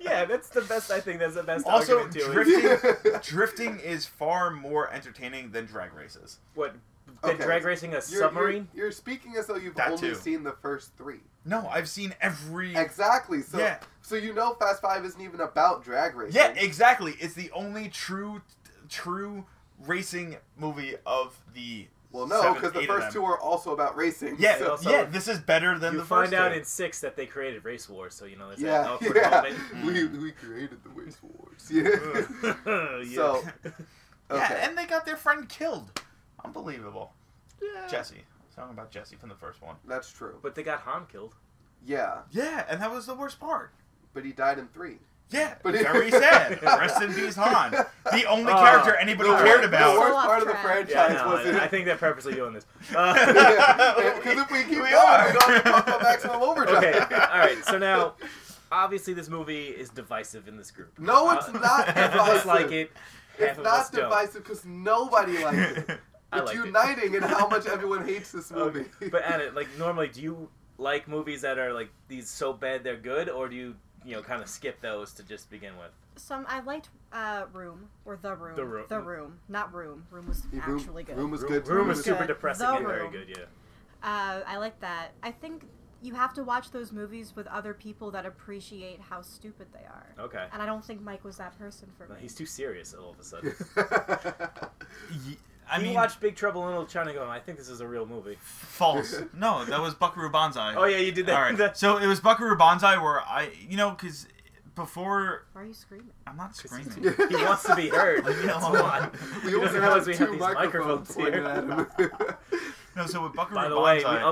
Speaker 3: Yeah, that's the best. I think that's the best.
Speaker 5: also,
Speaker 3: argument to it.
Speaker 5: drifting, drifting is far more entertaining than drag races.
Speaker 3: What? Then
Speaker 2: Okay.
Speaker 3: drag racing a
Speaker 2: You're-
Speaker 3: submarine?
Speaker 2: You're, you're speaking as though you've
Speaker 5: That
Speaker 2: only
Speaker 5: too.
Speaker 2: seen the first three.
Speaker 5: No, I've seen every.
Speaker 2: Exactly. So,
Speaker 5: Yeah.
Speaker 2: so you know, Fast Five isn't even about drag racing.
Speaker 5: Yeah, exactly. It's the only true, true racing movie of the.
Speaker 2: well, no, because the first two are also about racing.
Speaker 5: Yeah,
Speaker 2: so-
Speaker 3: also-
Speaker 5: yeah. This is better than
Speaker 3: you
Speaker 5: the
Speaker 3: find
Speaker 5: first
Speaker 3: out
Speaker 5: two.
Speaker 3: in six that they created race wars, so you know there's that
Speaker 2: yeah,
Speaker 3: awkward
Speaker 2: yeah.
Speaker 3: moment.
Speaker 2: We,
Speaker 5: Mm.
Speaker 2: we created the race wars. Yeah.
Speaker 3: Yeah.
Speaker 2: So, okay.
Speaker 5: Yeah, and they got their friend killed. Unbelievable.
Speaker 3: Yeah.
Speaker 5: Jesse. Talking about Jesse from the first one.
Speaker 2: that's true.
Speaker 3: but they got Han killed.
Speaker 2: Yeah,
Speaker 5: Yeah, and that was the worst part.
Speaker 2: but he died in three.
Speaker 5: Yeah,
Speaker 2: But-
Speaker 5: very sad. Rest in peace, Han. The only
Speaker 3: Ah,
Speaker 5: character anybody
Speaker 2: the
Speaker 5: cared
Speaker 2: worst-
Speaker 5: about.
Speaker 2: The worst
Speaker 4: So off
Speaker 2: part of the
Speaker 4: track.
Speaker 3: Yeah,
Speaker 2: franchise was
Speaker 3: no,
Speaker 2: it.
Speaker 3: I, I think they're purposely doing this. Uh,
Speaker 2: Because if we keep going, we don't have to talk about maximum overdrive.
Speaker 3: okay, all right. So now, obviously, this movie is divisive in this group.
Speaker 2: No, it's
Speaker 3: Uh,
Speaker 2: not
Speaker 3: Half of us
Speaker 2: divisive.
Speaker 3: like it. Half
Speaker 2: It's
Speaker 3: of us
Speaker 2: not
Speaker 3: don't.
Speaker 2: divisive because nobody likes it.
Speaker 3: I
Speaker 2: It's
Speaker 3: like it.
Speaker 2: uniting in how much everyone hates this movie.
Speaker 3: Okay, But Anna, like normally, do you like movies that are like these so bad they're good, or do you you know kind of skip those to just begin with?
Speaker 4: Some I liked uh, Room or The Room.
Speaker 3: The Room.
Speaker 4: Room, not Room. Room was
Speaker 2: Yeah, room,
Speaker 4: actually good.
Speaker 2: room was
Speaker 3: Room-
Speaker 2: good.
Speaker 3: Room
Speaker 4: was
Speaker 3: is super
Speaker 4: good.
Speaker 3: depressing
Speaker 4: The
Speaker 3: and very
Speaker 4: Room.
Speaker 3: good. Yeah.
Speaker 4: Uh, I like that. I think you have to watch those movies with other people that appreciate how stupid they are.
Speaker 3: Okay.
Speaker 4: And I don't think Mike was that person for
Speaker 3: No,
Speaker 4: me.
Speaker 3: He's too serious all of a sudden.
Speaker 5: Ye- I
Speaker 3: you
Speaker 5: mean,
Speaker 3: watched Big Trouble in Little China going, I think this is a real movie.
Speaker 5: false. No, that was Buckaroo Banzai.
Speaker 3: Oh, yeah, you did that.
Speaker 5: All right. So it was Buckaroo Banzai where I, you know, because before
Speaker 4: Why are you screaming?
Speaker 5: I'm not screaming.
Speaker 3: he wants to be heard.
Speaker 5: Leave me
Speaker 3: Come
Speaker 5: alone.
Speaker 3: on.
Speaker 2: we
Speaker 3: He
Speaker 2: also have
Speaker 3: doesn't realize we
Speaker 2: two
Speaker 3: have these
Speaker 2: microphones
Speaker 3: microphones
Speaker 2: pointed at
Speaker 3: here.
Speaker 2: him.
Speaker 5: No, so with Buckaroo
Speaker 3: By the way, we
Speaker 5: Banzai.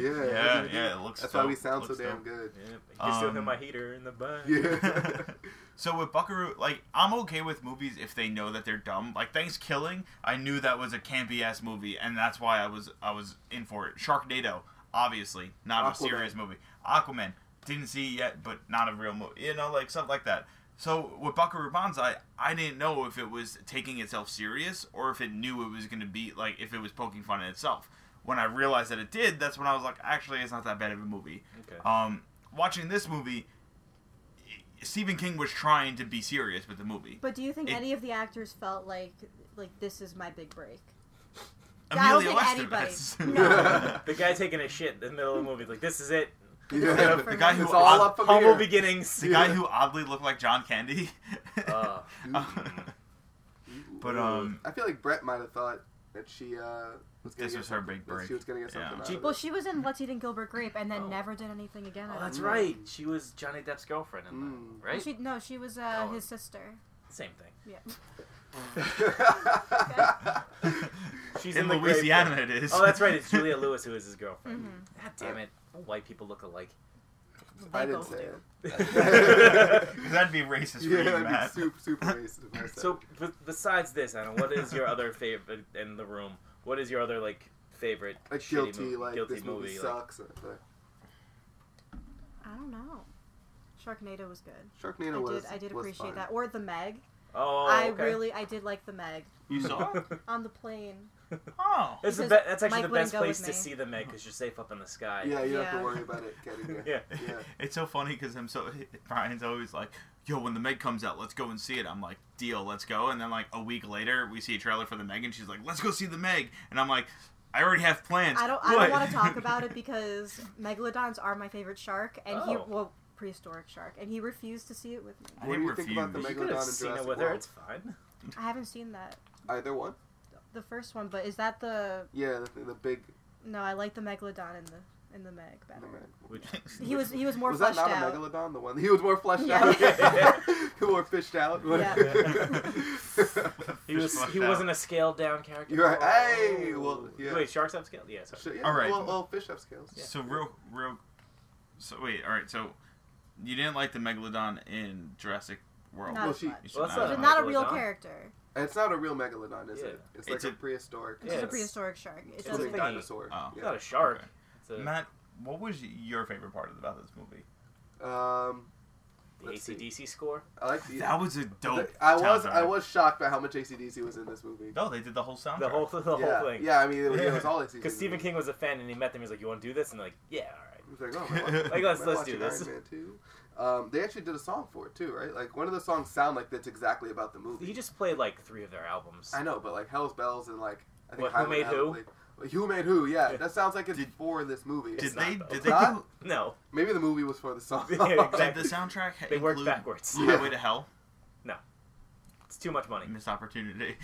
Speaker 2: yeah,
Speaker 5: yeah, yeah, it looks.
Speaker 2: That's why we
Speaker 5: dope,
Speaker 2: sound so
Speaker 5: looks
Speaker 2: damn
Speaker 5: dope.
Speaker 2: good.
Speaker 3: Yeah, you can still hear
Speaker 5: Um,
Speaker 3: my heater in the back.
Speaker 2: Yeah.
Speaker 5: so with Buckaroo, like I'm okay with movies if they know that they're dumb. Like Thanksgiving, I knew that was a campy ass movie, and that's why I was I was in for it. Sharknado, obviously not
Speaker 2: Aquaman.
Speaker 5: a serious movie. Aquaman didn't see it yet, but not a real movie. You know, like stuff like that. So with Buckaroo Banzai, I didn't know if it was taking itself serious or if it knew it was going to be like if it was poking fun at itself. When I realized that it did, that's when I was like, actually, it's not that bad of a movie.
Speaker 3: Okay.
Speaker 5: Um, watching this movie, Stephen King was trying to be serious with the movie.
Speaker 4: But do you think
Speaker 5: It-
Speaker 4: any of the actors felt like like this is my big break? I don't
Speaker 5: Amelia
Speaker 4: think
Speaker 5: Lester,
Speaker 4: anybody-
Speaker 5: that's-
Speaker 4: no.
Speaker 3: The guy taking a shit in the middle of the movie, like, this is it.
Speaker 2: yeah.
Speaker 5: the guy who
Speaker 2: it's all
Speaker 5: uh,
Speaker 2: up from
Speaker 3: Humble
Speaker 2: here.
Speaker 3: beginnings.
Speaker 5: the guy who oddly looked like John Candy.
Speaker 2: Oh.
Speaker 3: Uh,
Speaker 5: but um,
Speaker 2: I feel like Brett might have thought that she uh, was gonna
Speaker 5: This
Speaker 2: get
Speaker 5: was her
Speaker 2: something-
Speaker 5: big
Speaker 2: that
Speaker 5: break.
Speaker 2: She was gonna get
Speaker 5: Yeah.
Speaker 2: something.
Speaker 3: She-
Speaker 2: Out
Speaker 4: Well,
Speaker 2: of it.
Speaker 4: she was in Let's Eat and Gilbert Grape, and then
Speaker 3: Oh.
Speaker 4: never did anything again. I
Speaker 3: oh,
Speaker 4: don't
Speaker 3: that's
Speaker 4: think.
Speaker 3: right. She was Johnny Depp's girlfriend in that,
Speaker 2: Mm.
Speaker 3: right?
Speaker 4: She, no, she was uh,
Speaker 3: Oh.
Speaker 4: his sister.
Speaker 3: Same thing.
Speaker 4: Yeah.
Speaker 3: She's
Speaker 5: in
Speaker 3: the grave
Speaker 5: Louisiana,
Speaker 3: with-
Speaker 5: it is.
Speaker 3: Oh, that's right. It's Julia Lewis who is his girlfriend.
Speaker 4: Mhm.
Speaker 3: God damn it. All white people look alike.
Speaker 2: I
Speaker 4: They
Speaker 2: didn't
Speaker 4: both
Speaker 2: say
Speaker 4: do.
Speaker 2: it.
Speaker 5: 'Cause that'd be racist for
Speaker 2: Yeah,
Speaker 5: you,
Speaker 2: that'd
Speaker 5: Matt.
Speaker 2: be super, super racist. if I said
Speaker 3: So,
Speaker 2: it.
Speaker 3: b- besides this, Anna, what is your other favorite in the room? What is your other like favorite
Speaker 2: like
Speaker 3: shitty
Speaker 2: guilty,
Speaker 3: movie,
Speaker 2: like
Speaker 3: guilty
Speaker 2: this movie,
Speaker 3: movie? like-
Speaker 2: sucks.
Speaker 4: I don't know. Sharknado was good.
Speaker 2: Sharknado
Speaker 4: I
Speaker 2: was.
Speaker 4: did I did
Speaker 2: was
Speaker 4: appreciate
Speaker 2: fun.
Speaker 4: that. Or the Meg.
Speaker 3: Oh,
Speaker 4: I
Speaker 3: okay.
Speaker 4: really I did like the Meg
Speaker 5: You saw it?
Speaker 4: on the plane.
Speaker 5: Oh.
Speaker 3: That's, the be-
Speaker 4: Because
Speaker 3: that's actually the
Speaker 4: Mike
Speaker 3: best
Speaker 4: wouldn't go with
Speaker 3: place
Speaker 4: me.
Speaker 3: to see the Meg because you're safe up in the sky.
Speaker 2: Yeah, you don't have to
Speaker 4: Yeah.
Speaker 2: worry about it getting there.
Speaker 3: Yeah.
Speaker 2: yeah.
Speaker 5: It's so funny because I'm so Brian's always like, "Yo, when the Meg comes out, let's go and see it." I'm like, "Deal, let's go." And then like a week later, we see a trailer for the Meg, and she's like, "Let's go see the Meg," and I'm like, "I already have plans."
Speaker 4: I don't I don't
Speaker 5: What?"
Speaker 4: want to talk about it because megalodons are my favorite shark and he
Speaker 3: Oh.
Speaker 4: well prehistoric shark and he refused to see it with me.
Speaker 5: I
Speaker 2: What do you
Speaker 5: refuse.
Speaker 2: think about the
Speaker 3: You
Speaker 2: Megalodon
Speaker 3: could have
Speaker 2: in
Speaker 3: seen it
Speaker 2: Jurassic
Speaker 3: with her.
Speaker 2: World.
Speaker 3: It's fine.
Speaker 4: I haven't seen that
Speaker 2: Either one.
Speaker 4: the first one, but is that the
Speaker 2: Yeah, the, the big.
Speaker 4: no? I like the megalodon in the in the Meg better.
Speaker 2: the Meg.
Speaker 3: Which,
Speaker 4: He was he was more
Speaker 2: was that
Speaker 4: fleshed
Speaker 2: not
Speaker 4: out.
Speaker 2: a megalodon? The one he was more fleshed
Speaker 4: Yeah.
Speaker 2: out, more fished out.
Speaker 4: Yeah.
Speaker 3: he was
Speaker 5: Just
Speaker 3: he
Speaker 5: fucked
Speaker 3: wasn't a scaled down character.
Speaker 2: You're right.
Speaker 3: Oh.
Speaker 2: Hey, well, yeah.
Speaker 3: Wait, sharks have scaled? Yeah, sorry.
Speaker 2: Shit, yeah,
Speaker 5: All right.
Speaker 2: Well, well, fish have scales.
Speaker 3: Yeah.
Speaker 5: So real, real. So wait, all right. So you didn't like the megalodon in Jurassic World?
Speaker 4: Not
Speaker 2: Well,
Speaker 4: as
Speaker 2: she-
Speaker 4: much.
Speaker 5: You should
Speaker 3: Well, that's
Speaker 4: But
Speaker 5: not-
Speaker 3: a
Speaker 4: not a real
Speaker 3: megalodon.
Speaker 4: character.
Speaker 2: And it's not a real megalodon, is
Speaker 3: Yeah.
Speaker 2: it? It's like
Speaker 5: It's
Speaker 2: a,
Speaker 5: a-
Speaker 2: prehistoric.
Speaker 4: It's just
Speaker 3: Yeah.
Speaker 4: a prehistoric shark. It
Speaker 2: It's
Speaker 3: a
Speaker 2: a
Speaker 4: doesn't.
Speaker 3: thingy.
Speaker 2: dinosaur.
Speaker 5: Oh.
Speaker 3: It's
Speaker 2: Yeah.
Speaker 3: not a shark.
Speaker 5: Okay.
Speaker 3: It's a,
Speaker 5: Matt, what was your favorite part about this movie?
Speaker 2: Um,
Speaker 3: the
Speaker 2: let's see.
Speaker 3: ACDC score.
Speaker 2: I like the.
Speaker 5: That was a dope.
Speaker 2: I was
Speaker 5: soundtrack.
Speaker 2: I was shocked by how much ACDC was in this movie.
Speaker 5: No, they did the whole soundtrack.
Speaker 3: The whole the whole
Speaker 2: yeah,
Speaker 3: thing.
Speaker 2: yeah. I mean, it was, it was all ACDC.
Speaker 3: Because Stephen King was a fan and he met them. He was like, "You want to do this?" And they're like, "Yeah, all right."
Speaker 2: It was like, oh, am I watching-
Speaker 3: Like, let's-
Speaker 2: am I
Speaker 3: let's do
Speaker 2: watching Iron
Speaker 3: this.
Speaker 2: Man 2? Um, they actually did a song for it too, right? Like one of the songs sound like that's exactly about the movie.
Speaker 3: He just played like three of their albums.
Speaker 2: I know, but like Hell's Bells and like I think
Speaker 3: What, Who
Speaker 2: Highway
Speaker 3: Made
Speaker 2: to Hell
Speaker 3: Who?
Speaker 2: played- Well, Who made who? Yeah,
Speaker 3: Yeah.
Speaker 2: that sounds like it's
Speaker 5: Did-
Speaker 2: for this movie.
Speaker 5: Did
Speaker 3: not,
Speaker 5: they?
Speaker 3: though.
Speaker 5: Did
Speaker 2: It's
Speaker 5: they?
Speaker 2: not?
Speaker 5: do-
Speaker 3: No,
Speaker 2: Maybe the movie was for the song.
Speaker 3: Yeah, exactly.
Speaker 5: Did the soundtrack
Speaker 3: they worked
Speaker 5: include
Speaker 3: backwards.
Speaker 2: Yeah.
Speaker 5: Highway to Hell?
Speaker 3: It's too much money.
Speaker 5: Missed opportunity.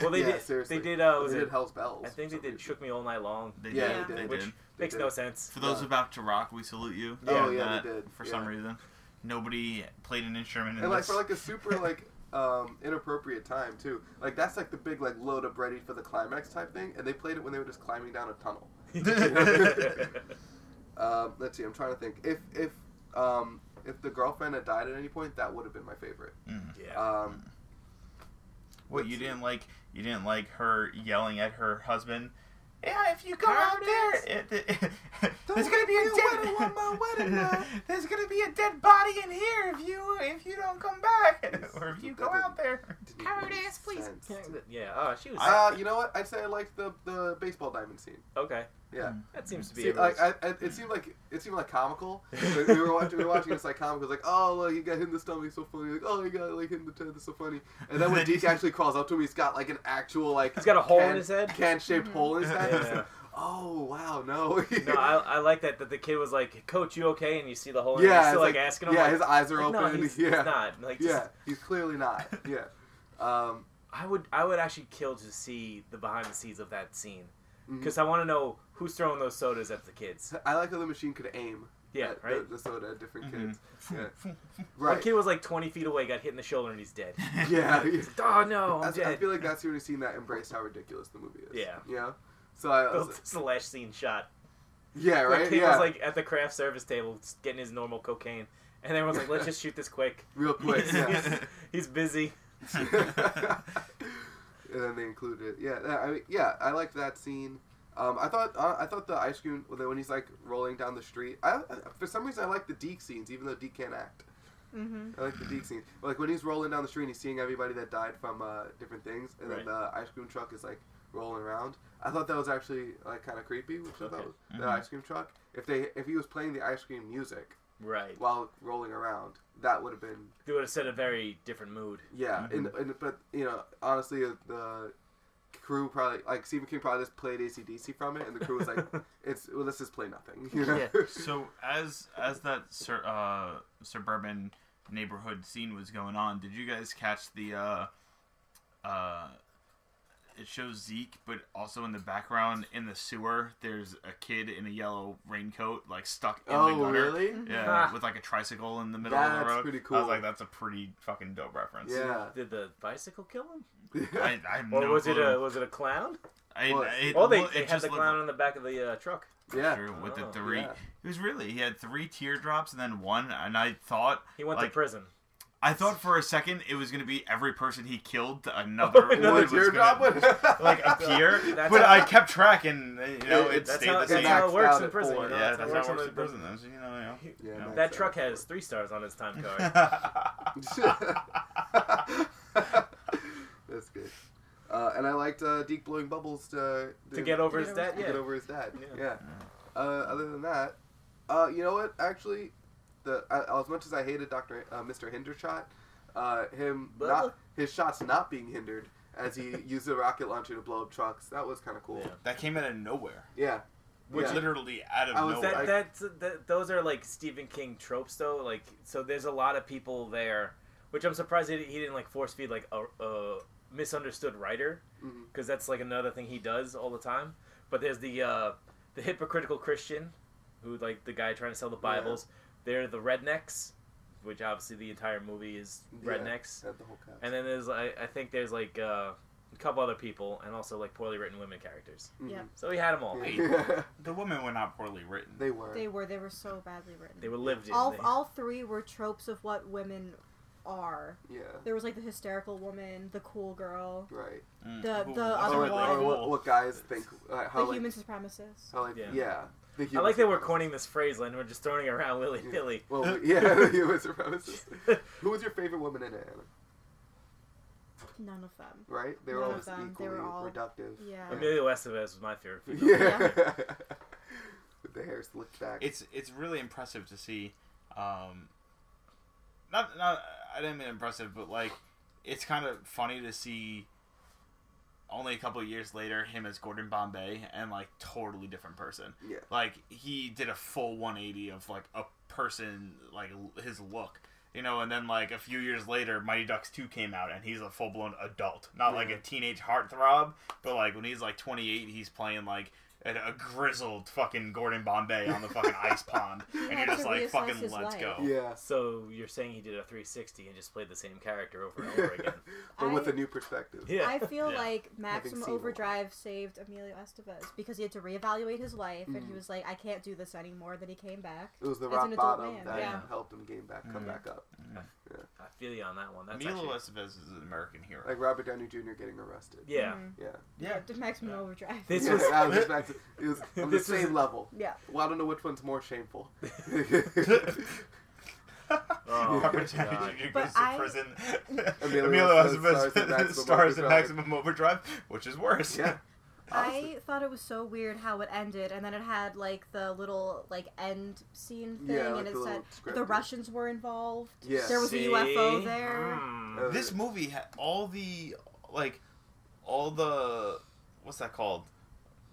Speaker 3: Well, they
Speaker 2: Yeah,
Speaker 3: did.
Speaker 2: seriously.
Speaker 3: They did. Uh,
Speaker 2: They
Speaker 3: was
Speaker 2: did
Speaker 3: it?
Speaker 2: Hell's Bells.
Speaker 3: I
Speaker 2: for
Speaker 3: think they
Speaker 2: some
Speaker 3: did
Speaker 2: reason.
Speaker 3: "Shook Me All Night Long,"
Speaker 5: They
Speaker 2: Yeah, they
Speaker 5: did.
Speaker 2: did.
Speaker 5: They
Speaker 3: which
Speaker 5: did.
Speaker 2: They
Speaker 3: makes
Speaker 2: did.
Speaker 3: no sense.
Speaker 5: For those
Speaker 2: Yeah.
Speaker 5: about to rock, we salute you.
Speaker 2: Oh,
Speaker 5: And,
Speaker 2: yeah,
Speaker 5: uh,
Speaker 2: they did.
Speaker 5: For some
Speaker 2: Yeah.
Speaker 5: reason, nobody played an instrument in
Speaker 2: And like
Speaker 5: this.
Speaker 2: for like a super like um inappropriate time too. Like that's like the big like load up ready for the climax type thing, and they played it when they were just climbing down a tunnel. Um, let's see, I'm trying to think. If if um if the girlfriend had died at any point, that would have been my favorite.
Speaker 5: Mhm.
Speaker 3: yeah.
Speaker 2: Um,
Speaker 5: What you
Speaker 2: let's see.
Speaker 5: didn't like? You didn't like her yelling at her husband. Yeah, if you go
Speaker 3: Carve
Speaker 5: out there, it, it, there's gonna be a
Speaker 2: you
Speaker 5: dead.
Speaker 2: would've won my wedding night.
Speaker 5: there's gonna be a dead body in here if you if you don't come back, or if you go out there.
Speaker 2: didn't make
Speaker 5: Cowardice,
Speaker 2: any
Speaker 5: please.
Speaker 2: sense.
Speaker 3: yeah. Oh, she was.
Speaker 2: Uh, you know what? I'd say I liked the the baseball diamond scene.
Speaker 3: okay.
Speaker 2: Yeah.
Speaker 3: That seems to be.
Speaker 2: See,
Speaker 3: a
Speaker 2: like I, I, it seemed like it seemed like comical. Like, we were watching, we were watching it's like comical. It's like, oh, look, he got hit in the stomach, so funny. Like, oh, he got like hit in the head, that's so funny. And then when Deke actually crawls up to him, he's got like an actual like
Speaker 3: He's got a hole in
Speaker 2: can-
Speaker 3: his head?
Speaker 2: can-shaped hole in his head. It's
Speaker 3: Mm-hmm. Yeah.
Speaker 2: like, oh wow, no.
Speaker 3: no, I, I like that that the kid was like, "Coach, you okay?" And you see the
Speaker 2: yeah,
Speaker 3: whole. and he's
Speaker 2: it's
Speaker 3: still like, asking him.
Speaker 2: Yeah,
Speaker 3: like,
Speaker 2: his eyes are
Speaker 3: like,
Speaker 2: open.
Speaker 3: No, he's,
Speaker 2: yeah,
Speaker 3: he's not. Like, just,
Speaker 2: yeah, he's clearly not. Yeah. Um,
Speaker 3: I would I would actually kill to see the behind the scenes of that scene
Speaker 2: Mm-hmm.
Speaker 3: because I want to know who's throwing those sodas at the kids.
Speaker 2: mm, I like how the machine could aim.
Speaker 3: Yeah,
Speaker 2: at
Speaker 3: right.
Speaker 2: The, the soda at different
Speaker 5: Mhm.
Speaker 2: kids. Yeah.
Speaker 3: One
Speaker 2: Right.
Speaker 3: kid was like 20 feet away, got hit in the shoulder, and he's dead.
Speaker 2: Yeah. yeah.
Speaker 3: oh no, I'm
Speaker 2: That's- I
Speaker 3: dead.
Speaker 2: feel like that's the only scene that embraced how ridiculous the movie is.
Speaker 3: Yeah.
Speaker 2: You know? So I
Speaker 3: the
Speaker 2: was,
Speaker 3: slash scene shot.
Speaker 2: yeah,
Speaker 3: The
Speaker 2: right?
Speaker 3: kid
Speaker 2: Yeah.
Speaker 3: was like at the craft service table just getting his normal cocaine, and everyone's like, "Let's just shoot this quick."
Speaker 2: Real quick. Yeah.
Speaker 3: he's, he's busy.
Speaker 2: and then they included it. Yeah, that- I mean, yeah, I liked that scene. Um, I thought uh, I thought the ice cream when he's like rolling down the street. I, I- for some reason I like the Deke scenes, even though Deke can't act.
Speaker 4: Mm-hmm.
Speaker 2: I like the Deke scenes. Like when he's rolling down the street and he's seeing everybody that died from uh, different things, and then
Speaker 3: Right.
Speaker 2: the ice cream truck is like rolling around. I thought that was actually like kind of creepy, which I
Speaker 3: Okay.
Speaker 2: thought was the
Speaker 5: Mhm.
Speaker 2: ice cream truck. If they if he was playing the ice cream music,
Speaker 3: Right.
Speaker 2: while rolling around. That would have been
Speaker 3: They would have set a very different mood.
Speaker 2: yeah.
Speaker 5: Mm-hmm.
Speaker 2: And, and but you know, honestly, uh, the crew probably like Stephen King probably just played ACDC from it, and the crew was like, "It's well, let's just play nothing." You know?
Speaker 3: Yeah.
Speaker 5: So as as that sur- uh, suburban neighborhood scene was going on, did you guys catch the? Uh, uh, it shows Zeke, but also in the background in the sewer, there's a kid in a yellow raincoat, like stuck in
Speaker 2: Oh,
Speaker 5: the gutter.
Speaker 2: really?
Speaker 5: Yeah,
Speaker 3: Ha.
Speaker 5: with like a tricycle in the middle of
Speaker 2: That's
Speaker 5: the road.
Speaker 2: pretty
Speaker 5: I
Speaker 2: cool.
Speaker 5: was like, that's a pretty fucking dope reference.
Speaker 2: Yeah.
Speaker 3: Did the bicycle kill him,
Speaker 5: I, I have
Speaker 3: or
Speaker 5: no
Speaker 3: was
Speaker 5: clue.
Speaker 3: it a was it a clown?
Speaker 5: I-
Speaker 2: Well,
Speaker 5: it-
Speaker 3: Oh, they,
Speaker 5: well, it
Speaker 3: they had
Speaker 5: just
Speaker 3: the
Speaker 5: looked
Speaker 3: clown on the back of the uh, truck.
Speaker 2: yeah.
Speaker 5: True, with
Speaker 3: Oh,
Speaker 5: the three,
Speaker 2: yeah.
Speaker 5: it was really he had three teardrops and then one, and I thought
Speaker 3: He went
Speaker 5: like,
Speaker 3: to prison.
Speaker 5: I thought for a second it was going to be every person he killed another,
Speaker 3: Another
Speaker 5: wood
Speaker 2: Would
Speaker 5: was
Speaker 2: your
Speaker 5: gonna,
Speaker 2: job would
Speaker 5: like appear,
Speaker 3: That's
Speaker 5: but
Speaker 3: how-
Speaker 5: I kept track and uh, you know
Speaker 2: It-
Speaker 5: it,
Speaker 2: that's
Speaker 5: stayed
Speaker 3: how-
Speaker 5: the
Speaker 3: that's
Speaker 5: same.
Speaker 3: how it works in
Speaker 2: Maxed
Speaker 3: prison.
Speaker 2: out
Speaker 3: you
Speaker 2: at
Speaker 3: know,
Speaker 2: four.
Speaker 5: yeah, that's how it works
Speaker 3: in
Speaker 5: in prison. That's, you know,
Speaker 2: Yeah,
Speaker 5: Yeah.
Speaker 2: Max
Speaker 3: That
Speaker 2: out
Speaker 3: truck
Speaker 2: for
Speaker 3: has
Speaker 2: it.
Speaker 3: three stars on his time
Speaker 5: you
Speaker 3: card.
Speaker 5: know.
Speaker 2: That's good. Uh, and I liked uh, Deke blowing bubbles to
Speaker 3: to get over
Speaker 4: To
Speaker 3: his
Speaker 4: get
Speaker 3: debt,
Speaker 2: to
Speaker 3: yeah.
Speaker 2: get over his dad.
Speaker 3: Yeah.
Speaker 2: Yeah. Uh, other than that, uh, you know what? Actually, the uh, as much as I hated Doctor uh, Mister Hindershot, uh, him
Speaker 3: Bubba.
Speaker 2: not his shots not being hindered as he used the rocket launcher to blow up trucks. That was kind of cool.
Speaker 3: Yeah.
Speaker 5: that came out of nowhere,
Speaker 2: Yeah.
Speaker 5: which
Speaker 2: Yeah.
Speaker 5: literally out of
Speaker 2: I was-
Speaker 5: nowhere.
Speaker 3: That,
Speaker 2: Oh, I-
Speaker 3: that's, that, those are like Stephen King tropes, though. Like, so there's a lot of people there, which I'm surprised he, he didn't like force feed like a, a misunderstood writer,
Speaker 2: Mhm.
Speaker 3: because that's like another thing he does all the time. But there's the uh, the hypocritical Christian, who like the guy trying to sell the Bibles. They're the rednecks, which obviously the entire movie is
Speaker 2: Yeah.
Speaker 3: rednecks.
Speaker 2: Had the whole cast.
Speaker 3: And then there's I, I think there's like uh, a couple other people, and also like poorly written women characters.
Speaker 2: Mhm.
Speaker 4: Yeah.
Speaker 3: So he had them all.
Speaker 2: Yeah.
Speaker 5: the women were not poorly written.
Speaker 2: they were.
Speaker 4: They were. They were so badly written.
Speaker 3: They were lived in.
Speaker 4: all,
Speaker 3: They-
Speaker 4: all three were tropes of what women are.
Speaker 2: yeah.
Speaker 4: There was like the hysterical woman, the cool girl,
Speaker 2: Right.
Speaker 5: Mm.
Speaker 4: The-
Speaker 5: Who
Speaker 4: the
Speaker 5: wasn't
Speaker 4: other
Speaker 2: Or,
Speaker 5: really
Speaker 4: one-
Speaker 2: or what,
Speaker 5: cool.
Speaker 2: what guys think? Uh, how
Speaker 4: the
Speaker 2: like,
Speaker 4: human supremacist.
Speaker 2: How like yeah.
Speaker 3: Yeah.
Speaker 2: The
Speaker 3: I
Speaker 2: human
Speaker 3: like that we're
Speaker 2: supremacist.
Speaker 3: coining this phrase, Len. We're just throwing it around willy
Speaker 2: Yeah.
Speaker 3: nilly.
Speaker 2: Well, yeah, the human supremacist. Who was your favorite woman in it? Anna?
Speaker 4: None of them.
Speaker 2: Right? They were
Speaker 4: None
Speaker 2: all
Speaker 4: of
Speaker 2: just
Speaker 4: them. They
Speaker 2: equally
Speaker 4: were all-
Speaker 2: reductive.
Speaker 4: Yeah.
Speaker 3: Amelia Estevez was my favorite. female.
Speaker 2: Yeah. With the hair slicked back.
Speaker 5: it's it's really impressive to see. Um, not not I didn't mean impressive, but like it's kind of funny to see. Only a couple of years later, him as Gordon Bombay and like totally different person.
Speaker 2: Yeah.
Speaker 5: like he did a full 180 of like a person, like l- his look, you know. And then like a few years later, Mighty Ducks 2 came out, and he's a full blown adult, not like a teenage heartthrob, but like when he's like 28, he's playing like an, a grizzled fucking Gordon Bombay on the fucking ice pond, and
Speaker 4: had
Speaker 5: you're just
Speaker 4: to
Speaker 5: like
Speaker 4: reassess
Speaker 5: fucking
Speaker 4: his
Speaker 5: let's
Speaker 4: life.
Speaker 5: go.
Speaker 2: yeah.
Speaker 3: So you're saying he did a 360 and just played the same character over and over again?
Speaker 2: but with
Speaker 4: I-
Speaker 2: a new perspective.
Speaker 3: Yeah.
Speaker 4: I feel
Speaker 5: Yeah.
Speaker 4: like
Speaker 2: seen
Speaker 4: Maximum
Speaker 2: it.
Speaker 4: Overdrive saved Emilio Estevez because he had to reevaluate his life and he was like, I can't do this anymore. Then he came back.
Speaker 2: It was the
Speaker 4: As an
Speaker 2: rock
Speaker 4: adult
Speaker 2: bottom
Speaker 4: man,
Speaker 2: that
Speaker 4: yeah.
Speaker 2: helped him gain back, come
Speaker 5: Mhm.
Speaker 2: back up.
Speaker 3: I feel you on that one. That's
Speaker 5: Milo
Speaker 3: actually,
Speaker 5: Estevez is an American hero.
Speaker 2: Like Robert Downey Jr. getting arrested.
Speaker 3: yeah.
Speaker 4: Mhm.
Speaker 2: Yeah.
Speaker 5: yeah,
Speaker 4: Did Maximum Overdrive.
Speaker 3: This
Speaker 2: Yeah,
Speaker 3: was-
Speaker 2: that was back to- it was on the
Speaker 3: This was-
Speaker 2: same level.
Speaker 4: yeah.
Speaker 2: Well, I don't know which one's more shameful.
Speaker 4: Mm.
Speaker 3: Oh,
Speaker 5: Robert
Speaker 3: God.
Speaker 5: Downey Jr.
Speaker 4: But
Speaker 5: goes to
Speaker 4: I-
Speaker 5: prison.
Speaker 2: Emilio
Speaker 5: Emilio
Speaker 2: Estevez stars in
Speaker 5: Estevez
Speaker 2: Maximum
Speaker 5: stars in
Speaker 2: Overdrive.
Speaker 5: Maximum Overdrive, which is worse.
Speaker 2: yeah.
Speaker 4: I thought it was so weird how it ended, and then it had like the little like end scene thing,
Speaker 2: Yeah, like
Speaker 4: and it
Speaker 2: the little
Speaker 4: said
Speaker 2: script.
Speaker 4: the Russians were involved.
Speaker 2: Yeah.
Speaker 4: There was
Speaker 3: See?
Speaker 4: a UFO there.
Speaker 3: Mm.
Speaker 2: Uh,
Speaker 5: this movie had all the like all the what's that called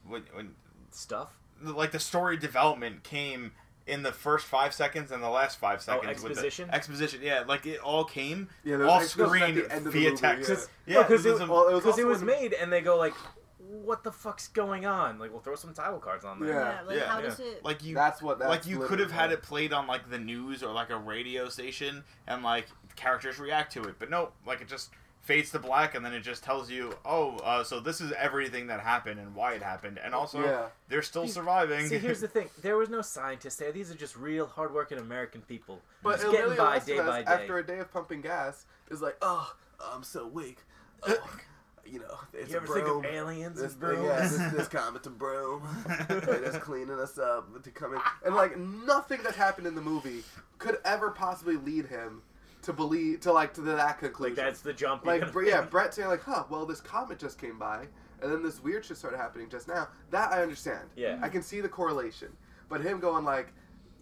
Speaker 5: when when
Speaker 3: Stuff. Oh,
Speaker 5: the- like the story development came in the first five seconds and the last five seconds with the-
Speaker 3: Oh, exposition?
Speaker 5: exposition yeah like it all came
Speaker 2: Yeah, there was
Speaker 5: off
Speaker 2: exposition at
Speaker 5: screen
Speaker 2: the end of the
Speaker 5: via
Speaker 2: movie,
Speaker 5: text
Speaker 2: yeah.
Speaker 3: Yeah,
Speaker 5: this
Speaker 3: because
Speaker 5: is
Speaker 3: it,
Speaker 5: a-
Speaker 2: Well, it was
Speaker 3: 'cause it
Speaker 2: also
Speaker 3: was
Speaker 2: in-
Speaker 3: made, and they go like, "What the fuck's going on?" Like, we'll throw some title cards on there.
Speaker 2: Yeah.
Speaker 4: like
Speaker 5: yeah.
Speaker 4: how
Speaker 3: Yeah.
Speaker 4: does it?
Speaker 5: like you
Speaker 2: That's what that's
Speaker 5: like you could have had
Speaker 2: literally-
Speaker 5: it played on like the news or like a radio station and like characters react to it but no like it just fades to black and then it just tells you oh uh, so this is everything that happened and why it happened and also
Speaker 2: Yeah.
Speaker 5: they're still
Speaker 3: See-
Speaker 5: surviving
Speaker 3: See, here's the thing: there was no scientists there. These are just real, hardworking American people.
Speaker 2: But
Speaker 3: just getting
Speaker 2: Emilio
Speaker 3: by day
Speaker 2: Estevez,
Speaker 3: by day.
Speaker 2: after a day of pumping gas, is like, oh, I'm so weak. Oh, you know, it's
Speaker 3: you
Speaker 2: a
Speaker 3: ever think
Speaker 2: broom.
Speaker 3: of aliens
Speaker 2: This,
Speaker 3: and brooms?
Speaker 2: Yeah, this, this comet's a broom. They're just cleaning us up to come in. And, like, nothing that happened in the movie could ever possibly lead him to believe, to, like, to that conclusion.
Speaker 3: Like that's the jump. you're
Speaker 2: Like,
Speaker 3: gonna
Speaker 2: Bre- yeah, Brett saying, like, huh, well, this comet just came by, and then this weird shit started happening just now. That I understand.
Speaker 3: Yeah.
Speaker 2: I can see the correlation. But him going, like,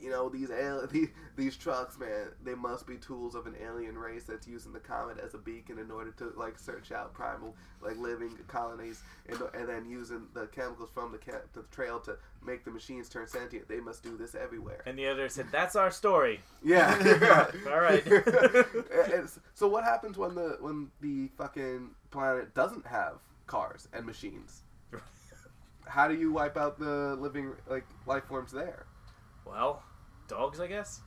Speaker 2: you know, these, al- these, these trucks, man, they must be tools of an alien race that's using the comet as a beacon in order to, like, search out primal, like, living colonies, and, and then using the chemicals from the, ca- the trail to make the machines turn sentient. They must do this everywhere.
Speaker 3: And the other said, "That's our story."
Speaker 2: Yeah.
Speaker 3: All right.
Speaker 2: It's- so what happens when the when the fucking planet doesn't have cars and machines? How do you wipe out the living like life forms there?
Speaker 3: Well, dogs, I guess.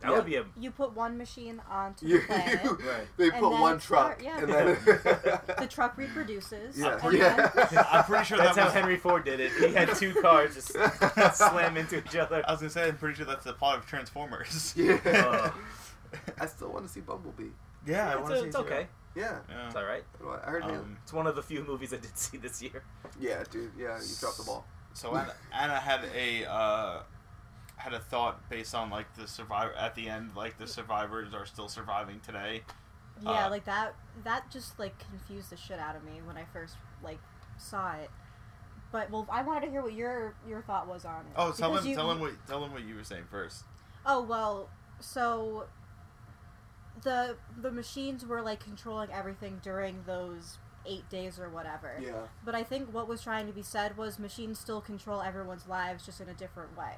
Speaker 3: That
Speaker 2: Yeah.
Speaker 3: would be a
Speaker 4: You put one machine onto
Speaker 2: You,
Speaker 4: the planet.
Speaker 2: you-
Speaker 3: Right.
Speaker 2: they
Speaker 4: And
Speaker 2: put
Speaker 4: then
Speaker 2: one
Speaker 4: it's car-
Speaker 2: truck
Speaker 4: yeah.
Speaker 2: and then
Speaker 4: The truck reproduces.
Speaker 2: yeah
Speaker 4: and then-
Speaker 2: yeah.
Speaker 5: i'm pretty sure
Speaker 3: That's
Speaker 5: that
Speaker 3: how
Speaker 5: was,
Speaker 3: Henry Ford did it. He had two cars just slam into each other.
Speaker 5: i was gonna say i'm pretty sure that's the plot of transformers
Speaker 2: Yeah.
Speaker 3: Uh,
Speaker 2: I still want to see Bumblebee.
Speaker 5: Yeah, I
Speaker 3: it's,
Speaker 5: want to see
Speaker 3: it's
Speaker 5: it too.
Speaker 3: okay.
Speaker 2: Yeah,
Speaker 5: Yeah.
Speaker 3: It's all right.
Speaker 2: I heard him.
Speaker 5: Um,
Speaker 3: It's one of the few movies I did see this year.
Speaker 2: Yeah, dude. Yeah, you dropped the ball.
Speaker 5: so Anna, Anna had a uh, had a thought based on like the survivor at the end, like the survivors are still surviving today.
Speaker 4: Yeah,
Speaker 5: Uh,
Speaker 4: like that. That just like confused the shit out of me when I first like saw it. But well, I wanted to hear what your your thought was on it.
Speaker 5: Oh, tell
Speaker 4: Because
Speaker 5: him,
Speaker 4: you-
Speaker 5: tell him what, tell him what you were saying first.
Speaker 4: Oh well, so the the machines were like controlling everything during those eight days or whatever.
Speaker 2: Yeah,
Speaker 4: But I think what was trying to be said was machines still control everyone's lives, just in a different way.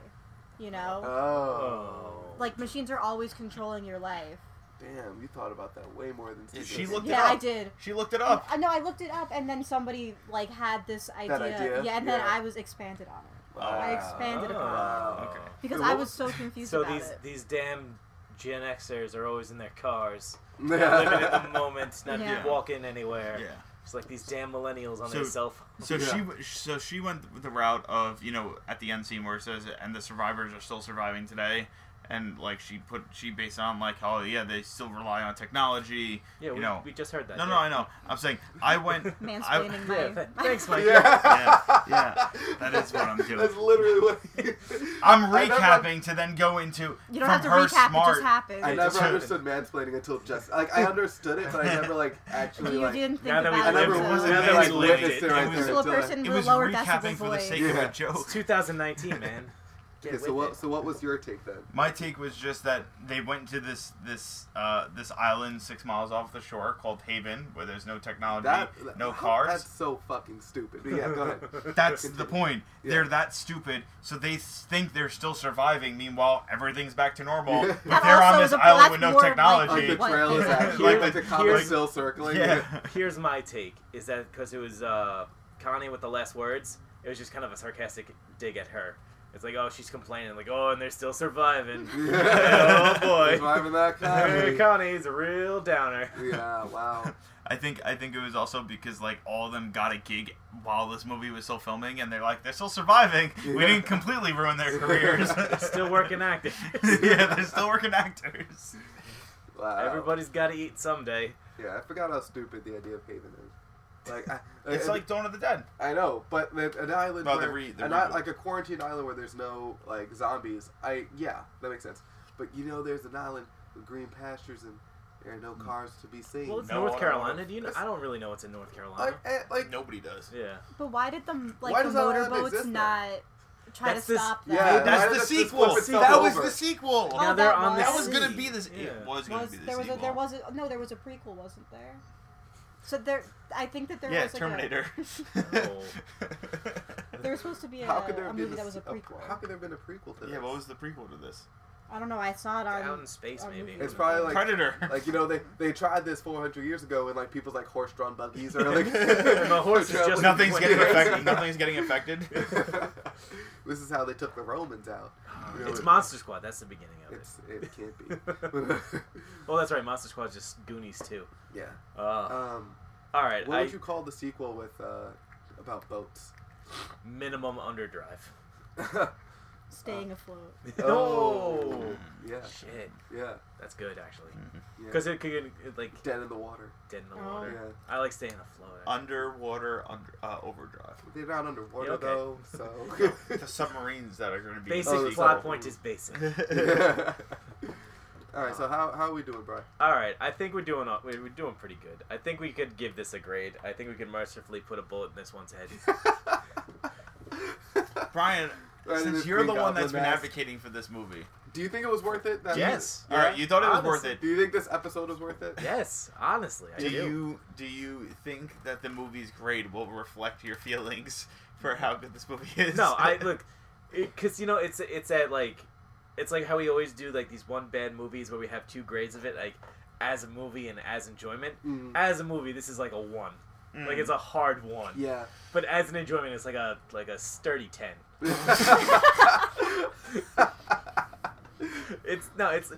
Speaker 4: You know,
Speaker 2: Uh, Oh.
Speaker 3: Oh.
Speaker 4: like machines are always controlling your life.
Speaker 2: Damn, you thought about that way more than
Speaker 5: Yeah,
Speaker 2: Steve
Speaker 5: she
Speaker 2: did.
Speaker 5: looked it
Speaker 4: yeah, I
Speaker 5: up.
Speaker 4: did.
Speaker 5: She looked it up.
Speaker 4: I know I looked it up, and then somebody like had this idea.
Speaker 2: idea?
Speaker 4: Yeah, and then
Speaker 2: Yeah.
Speaker 4: I was expanded on it
Speaker 2: Wow.
Speaker 4: I expanded upon it.
Speaker 2: Wow.
Speaker 5: Okay.
Speaker 4: because
Speaker 2: Wait, what
Speaker 4: I was
Speaker 2: was-
Speaker 4: so confused
Speaker 3: Oh. So
Speaker 4: about
Speaker 3: these
Speaker 4: it.
Speaker 3: these damn Gen Xers are always in their cars, not living at the moment, not
Speaker 4: Yeah.
Speaker 3: walking anywhere.
Speaker 5: Yeah.
Speaker 3: It's like these damn millennials on
Speaker 5: So-
Speaker 3: their cell phones.
Speaker 5: So
Speaker 2: Yeah.
Speaker 5: she w- so she went with the route of you know at the end scene where it says and the survivors are still surviving today, and like she put she based on like oh yeah they still rely on technology.
Speaker 3: Yeah,
Speaker 5: you
Speaker 3: we,
Speaker 5: know.
Speaker 3: we just heard that.
Speaker 5: no, no,
Speaker 3: yeah.
Speaker 5: I know. I'm saying I went.
Speaker 4: Mansplaining
Speaker 5: I,
Speaker 4: my-
Speaker 3: Yeah, th- thanks, Mike.
Speaker 2: Yeah.
Speaker 5: Yeah, yeah, that is what I'm doing.
Speaker 2: That's literally what.
Speaker 5: I'm
Speaker 2: I never-
Speaker 5: recapping to then go into
Speaker 4: You don't
Speaker 5: from
Speaker 4: have to
Speaker 5: her
Speaker 4: recap;
Speaker 5: smart.
Speaker 4: it just happened.
Speaker 2: I
Speaker 5: It
Speaker 2: never
Speaker 5: just happened.
Speaker 2: understood mansplaining until just like I understood it, but I never like actually
Speaker 4: you
Speaker 2: like.
Speaker 4: didn't think
Speaker 3: now that we
Speaker 4: about
Speaker 2: I never,
Speaker 4: it.
Speaker 3: lived it,
Speaker 2: wasn't
Speaker 4: until-
Speaker 3: now that
Speaker 2: there,
Speaker 3: we
Speaker 2: like
Speaker 3: lived
Speaker 2: witnessed
Speaker 3: it,
Speaker 2: it
Speaker 5: it
Speaker 2: right
Speaker 5: was-
Speaker 2: there.
Speaker 4: Until a
Speaker 2: until I-
Speaker 4: person
Speaker 5: It
Speaker 4: with a
Speaker 5: was
Speaker 4: lower
Speaker 5: recapping
Speaker 4: decibel
Speaker 5: for the
Speaker 4: voice.
Speaker 5: sake of
Speaker 2: Yeah.
Speaker 5: a joke.
Speaker 3: It's 2019, man. Get
Speaker 2: Okay, Oh. so
Speaker 3: with
Speaker 2: what?
Speaker 3: it.
Speaker 2: So what was your take then?
Speaker 5: My take was just that they went to this this uh, this island six miles off the shore called Haven, where there's no technology, no
Speaker 2: That's
Speaker 5: cars.
Speaker 2: so fucking stupid. But yeah, go ahead.
Speaker 5: That's, the
Speaker 2: Continue.
Speaker 5: point.
Speaker 2: Yeah.
Speaker 5: They're that stupid, so they s- think they're still surviving. Meanwhile, everything's back to normal.
Speaker 2: Yeah.
Speaker 5: But
Speaker 4: That
Speaker 5: they're on
Speaker 4: also is
Speaker 5: this
Speaker 4: a-
Speaker 5: island
Speaker 4: that's
Speaker 5: with no
Speaker 4: more of, like,
Speaker 2: Like
Speaker 5: technology.
Speaker 2: the
Speaker 4: What?
Speaker 2: trail is actually
Speaker 3: Here-
Speaker 2: like, the comet's
Speaker 3: here's-
Speaker 2: still circling.
Speaker 5: yeah.
Speaker 3: Here's my take: is that because it was uh, Connie with the last words, it was just kind of a sarcastic dig at her. It's like, oh, she's complaining, like, oh, and they're still surviving.
Speaker 2: Yeah.
Speaker 3: oh boy,
Speaker 2: Surviving that
Speaker 3: Hey,
Speaker 2: comedy.
Speaker 3: Connie's a real downer.
Speaker 2: Yeah, wow.
Speaker 5: I think I think it was also because like all of them got a gig while this movie was still filming, and they're like they're still surviving. We
Speaker 2: Yeah.
Speaker 5: didn't completely ruin their careers.
Speaker 3: Still working actors.
Speaker 5: yeah, they're still working actors.
Speaker 2: Wow.
Speaker 3: Everybody's got to eat someday.
Speaker 2: Yeah, I forgot how stupid the idea of Haven is. Like, I,
Speaker 5: It's
Speaker 2: I-
Speaker 5: like Dawn of the Dead.
Speaker 2: I know, but the- an island
Speaker 5: No, the
Speaker 2: where,
Speaker 5: re- the
Speaker 2: an i-
Speaker 5: reboot.
Speaker 2: like a quarantine island where there's no like zombies. I yeah, that makes sense. But you know, there's an island with green pastures and there are no
Speaker 5: Mm.
Speaker 2: cars to be seen.
Speaker 3: Well, it's
Speaker 5: No, I
Speaker 3: North
Speaker 5: don't
Speaker 3: Carolina.
Speaker 5: know.
Speaker 3: Do you know? I don't really know what's in North Carolina.
Speaker 2: like, eh, like
Speaker 5: Nobody does.
Speaker 3: Yeah,
Speaker 4: But why did the like
Speaker 2: Why
Speaker 4: the
Speaker 2: does that land
Speaker 4: motorboats
Speaker 2: exist, though?
Speaker 4: not try
Speaker 3: That's
Speaker 4: to
Speaker 3: this-
Speaker 4: stop
Speaker 2: yeah,
Speaker 4: that?
Speaker 2: Why
Speaker 5: That's
Speaker 2: does
Speaker 5: the
Speaker 2: this
Speaker 5: sequel.
Speaker 2: flip itself
Speaker 5: That was
Speaker 2: over?
Speaker 5: the sequel.
Speaker 4: Oh,
Speaker 3: now they're
Speaker 4: that
Speaker 3: on the
Speaker 5: that
Speaker 4: I
Speaker 5: was
Speaker 4: see.
Speaker 5: gonna be this.
Speaker 3: Yeah.
Speaker 5: It was gonna
Speaker 4: Was-
Speaker 5: be the
Speaker 4: there was
Speaker 5: sequel.
Speaker 4: a there was a, no there was a prequel wasn't there? So there, I think that there
Speaker 5: yeah,
Speaker 4: was like,
Speaker 5: Terminator.
Speaker 3: Oh.
Speaker 4: A, there was supposed to be a,
Speaker 2: how could there
Speaker 4: a
Speaker 2: have
Speaker 4: movie
Speaker 2: been
Speaker 4: that was
Speaker 2: se- oh,
Speaker 4: a prequel.
Speaker 2: How could there have been a prequel to this?
Speaker 5: yeah, what was the prequel to this?
Speaker 4: I don't know. I saw it on.
Speaker 3: out in space,
Speaker 4: on
Speaker 3: maybe.
Speaker 4: Google.
Speaker 2: It's probably like
Speaker 5: Predator.
Speaker 2: like you know they they tried this 400 years ago and like people's like horse-drawn buggies or like
Speaker 5: And
Speaker 3: the horse is
Speaker 2: traveling-
Speaker 3: just-
Speaker 5: nothing's getting
Speaker 3: Yeah.
Speaker 5: affected. Nothing's getting affected.
Speaker 2: this is how they took the Romans out. You know,
Speaker 3: it's
Speaker 2: it-
Speaker 3: Monster Squad. That's the beginning of it.
Speaker 2: It's it can't be.
Speaker 3: Oh, that's right. Monster Squad's just Goonies too.
Speaker 2: yeah.
Speaker 3: Uh,
Speaker 2: Um,
Speaker 3: all right.
Speaker 2: what
Speaker 3: I,
Speaker 2: would you call the sequel with uh, about boats?
Speaker 3: minimum underdrive.
Speaker 4: staying afloat.
Speaker 3: Oh,
Speaker 2: yeah,
Speaker 3: shit.
Speaker 2: yeah.
Speaker 3: That's good actually,
Speaker 2: Yeah.
Speaker 3: because it could get it, like
Speaker 2: Dead in the water.
Speaker 3: dead in the
Speaker 4: Oh.
Speaker 3: water.
Speaker 2: Yeah.
Speaker 3: I like staying afloat.
Speaker 5: Underwater under uh, overdrive.
Speaker 2: They're not underwater
Speaker 3: Yeah, okay.
Speaker 2: though, so.
Speaker 5: The submarines that are going to be
Speaker 3: basic
Speaker 2: Oh,
Speaker 3: plot
Speaker 2: so-
Speaker 3: point is basic.
Speaker 2: All right, so how, how are we doing, Brian?
Speaker 3: All right, I think we're doing all- we're we're doing pretty good. I think we could give this a grade. I think we could mercifully put a bullet in this one's head.
Speaker 5: Brian,
Speaker 2: Right, and
Speaker 5: since
Speaker 2: it's
Speaker 5: you're the
Speaker 2: Green
Speaker 5: one
Speaker 2: Goblin
Speaker 5: that's been
Speaker 2: mask.
Speaker 5: advocating for this movie,
Speaker 2: Do you think it was worth it? That
Speaker 5: yes.
Speaker 2: Yeah?
Speaker 5: All right, you thought it was
Speaker 3: Honestly.
Speaker 5: worth
Speaker 2: Do
Speaker 5: it.
Speaker 2: you think this episode was worth it?
Speaker 3: yes, honestly, I
Speaker 5: Do
Speaker 3: do.
Speaker 5: you do you think that the movie's grade will reflect your feelings for how good this movie is?
Speaker 3: No, I look, because you know it's it's at like, it's like how we always do like these one bad movies where we have two grades of it like as a movie and as enjoyment.
Speaker 2: Mm.
Speaker 3: As a movie, this is like a one,
Speaker 5: Mm.
Speaker 3: like it's a hard one.
Speaker 2: Yeah.
Speaker 3: But as an enjoyment, it's like a like a sturdy ten.
Speaker 2: mm-hmm,
Speaker 3: It's no, it's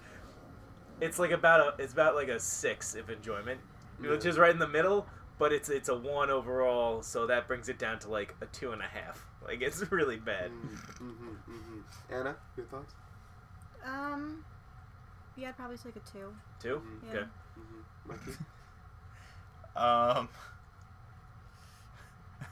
Speaker 3: it's like about a it's about like a six of enjoyment, which
Speaker 2: Yeah.
Speaker 3: is right in the middle. But it's it's a one overall, so that brings it down to like a two and a half. Like it's really bad.
Speaker 2: mm-hmm. Mm, mhm, mhm. Anna, your thoughts?
Speaker 4: Um, Yeah, I'd probably take a two.
Speaker 3: Two?
Speaker 2: Mhm.
Speaker 4: Yeah.
Speaker 3: Okay.
Speaker 2: Mm-hmm. Mikey?
Speaker 5: Um,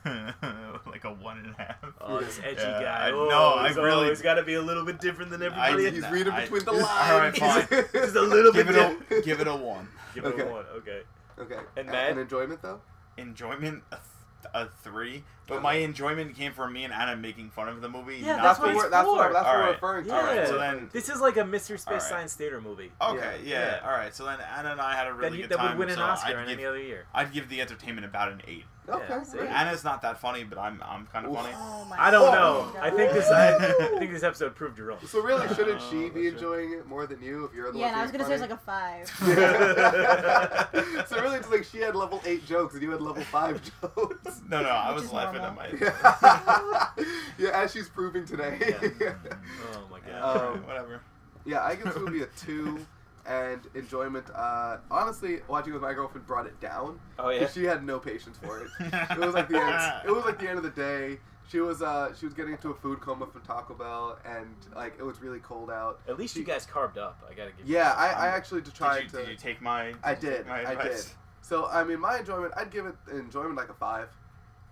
Speaker 5: like a one and a half.
Speaker 3: Oh, this edgy
Speaker 5: Yeah,
Speaker 3: guy.
Speaker 5: I-
Speaker 3: oh,
Speaker 5: no, I
Speaker 3: he's
Speaker 5: really-
Speaker 3: always got to be a little bit different than
Speaker 5: I
Speaker 3: everybody.
Speaker 5: did
Speaker 2: He's
Speaker 5: not-
Speaker 2: reading
Speaker 5: I-
Speaker 2: between the
Speaker 5: All
Speaker 2: lines.
Speaker 5: right, fine.
Speaker 3: Just a little
Speaker 5: give
Speaker 3: bit
Speaker 5: it
Speaker 3: different.
Speaker 5: a give it a one.
Speaker 3: Give it a
Speaker 2: Okay.
Speaker 3: one. Okay.
Speaker 2: Okay.
Speaker 3: And
Speaker 2: A-
Speaker 3: Matt?
Speaker 2: An enjoyment though.
Speaker 5: Enjoyment a, th- a three, but my enjoyment came from me and Adam making fun of the movie.
Speaker 3: Uh-huh. Yeah,
Speaker 5: not
Speaker 3: that's
Speaker 5: the-
Speaker 3: what
Speaker 2: we're
Speaker 3: it's
Speaker 2: that's what,
Speaker 3: for.
Speaker 2: that's what
Speaker 5: All
Speaker 2: we're
Speaker 5: right.
Speaker 2: referring to.
Speaker 5: All right, so
Speaker 3: Yeah.
Speaker 5: then
Speaker 3: This is like a mystery space
Speaker 5: Alright.
Speaker 3: science theater movie.
Speaker 5: okay,
Speaker 2: Yeah.
Speaker 5: yeah,
Speaker 3: Yeah.
Speaker 5: all right. So then Anna and I had a
Speaker 3: That,
Speaker 5: really
Speaker 3: he,
Speaker 5: good
Speaker 3: that
Speaker 5: time.
Speaker 3: would win an
Speaker 5: so
Speaker 3: Oscar
Speaker 5: I'd
Speaker 3: in any
Speaker 5: give,
Speaker 3: other year.
Speaker 5: I'd give the entertainment about an eight.
Speaker 2: Okay.
Speaker 3: Yeah, see?
Speaker 2: great.
Speaker 5: Anna's not that funny, but I'm I'm kind of
Speaker 2: Oof.
Speaker 5: funny.
Speaker 4: Oh my.
Speaker 3: I don't
Speaker 2: Oh.
Speaker 3: know. I think this. I, I think this episode proved you wrong.
Speaker 2: So really, shouldn't
Speaker 5: Oh,
Speaker 2: she be
Speaker 5: that's
Speaker 2: enjoying it more than you if you're the
Speaker 4: Yeah,
Speaker 2: one?
Speaker 4: and I was gonna
Speaker 2: being
Speaker 4: say it's
Speaker 2: funny?
Speaker 4: like a five.
Speaker 5: a-
Speaker 2: so really, it's like she had level eight jokes and you had level five jokes.
Speaker 5: No, no, I
Speaker 4: Which
Speaker 5: was
Speaker 4: is
Speaker 5: laughing
Speaker 4: normal.
Speaker 5: at my.
Speaker 2: yeah, as she's proving today. Yeah,
Speaker 3: Yeah. Oh my god.
Speaker 5: Yeah,
Speaker 2: Um,
Speaker 5: all right, whatever.
Speaker 2: I give this movie a two, and enjoyment. Uh, honestly, watching with my girlfriend brought it down.
Speaker 3: oh yeah.
Speaker 2: 'Cause she had no patience for it. It was like the end. It was like the end of the day. She was uh, she was getting into a food coma from Taco Bell, and like it was really cold out.
Speaker 3: At least you guys carved up. I gotta give. you
Speaker 2: Yeah, I, I actually tried
Speaker 5: Did you,
Speaker 2: to.
Speaker 5: did you take my?
Speaker 2: I did.
Speaker 5: My
Speaker 2: I did.
Speaker 5: advice.
Speaker 2: So I mean, my enjoyment, I'd give it enjoyment like a five,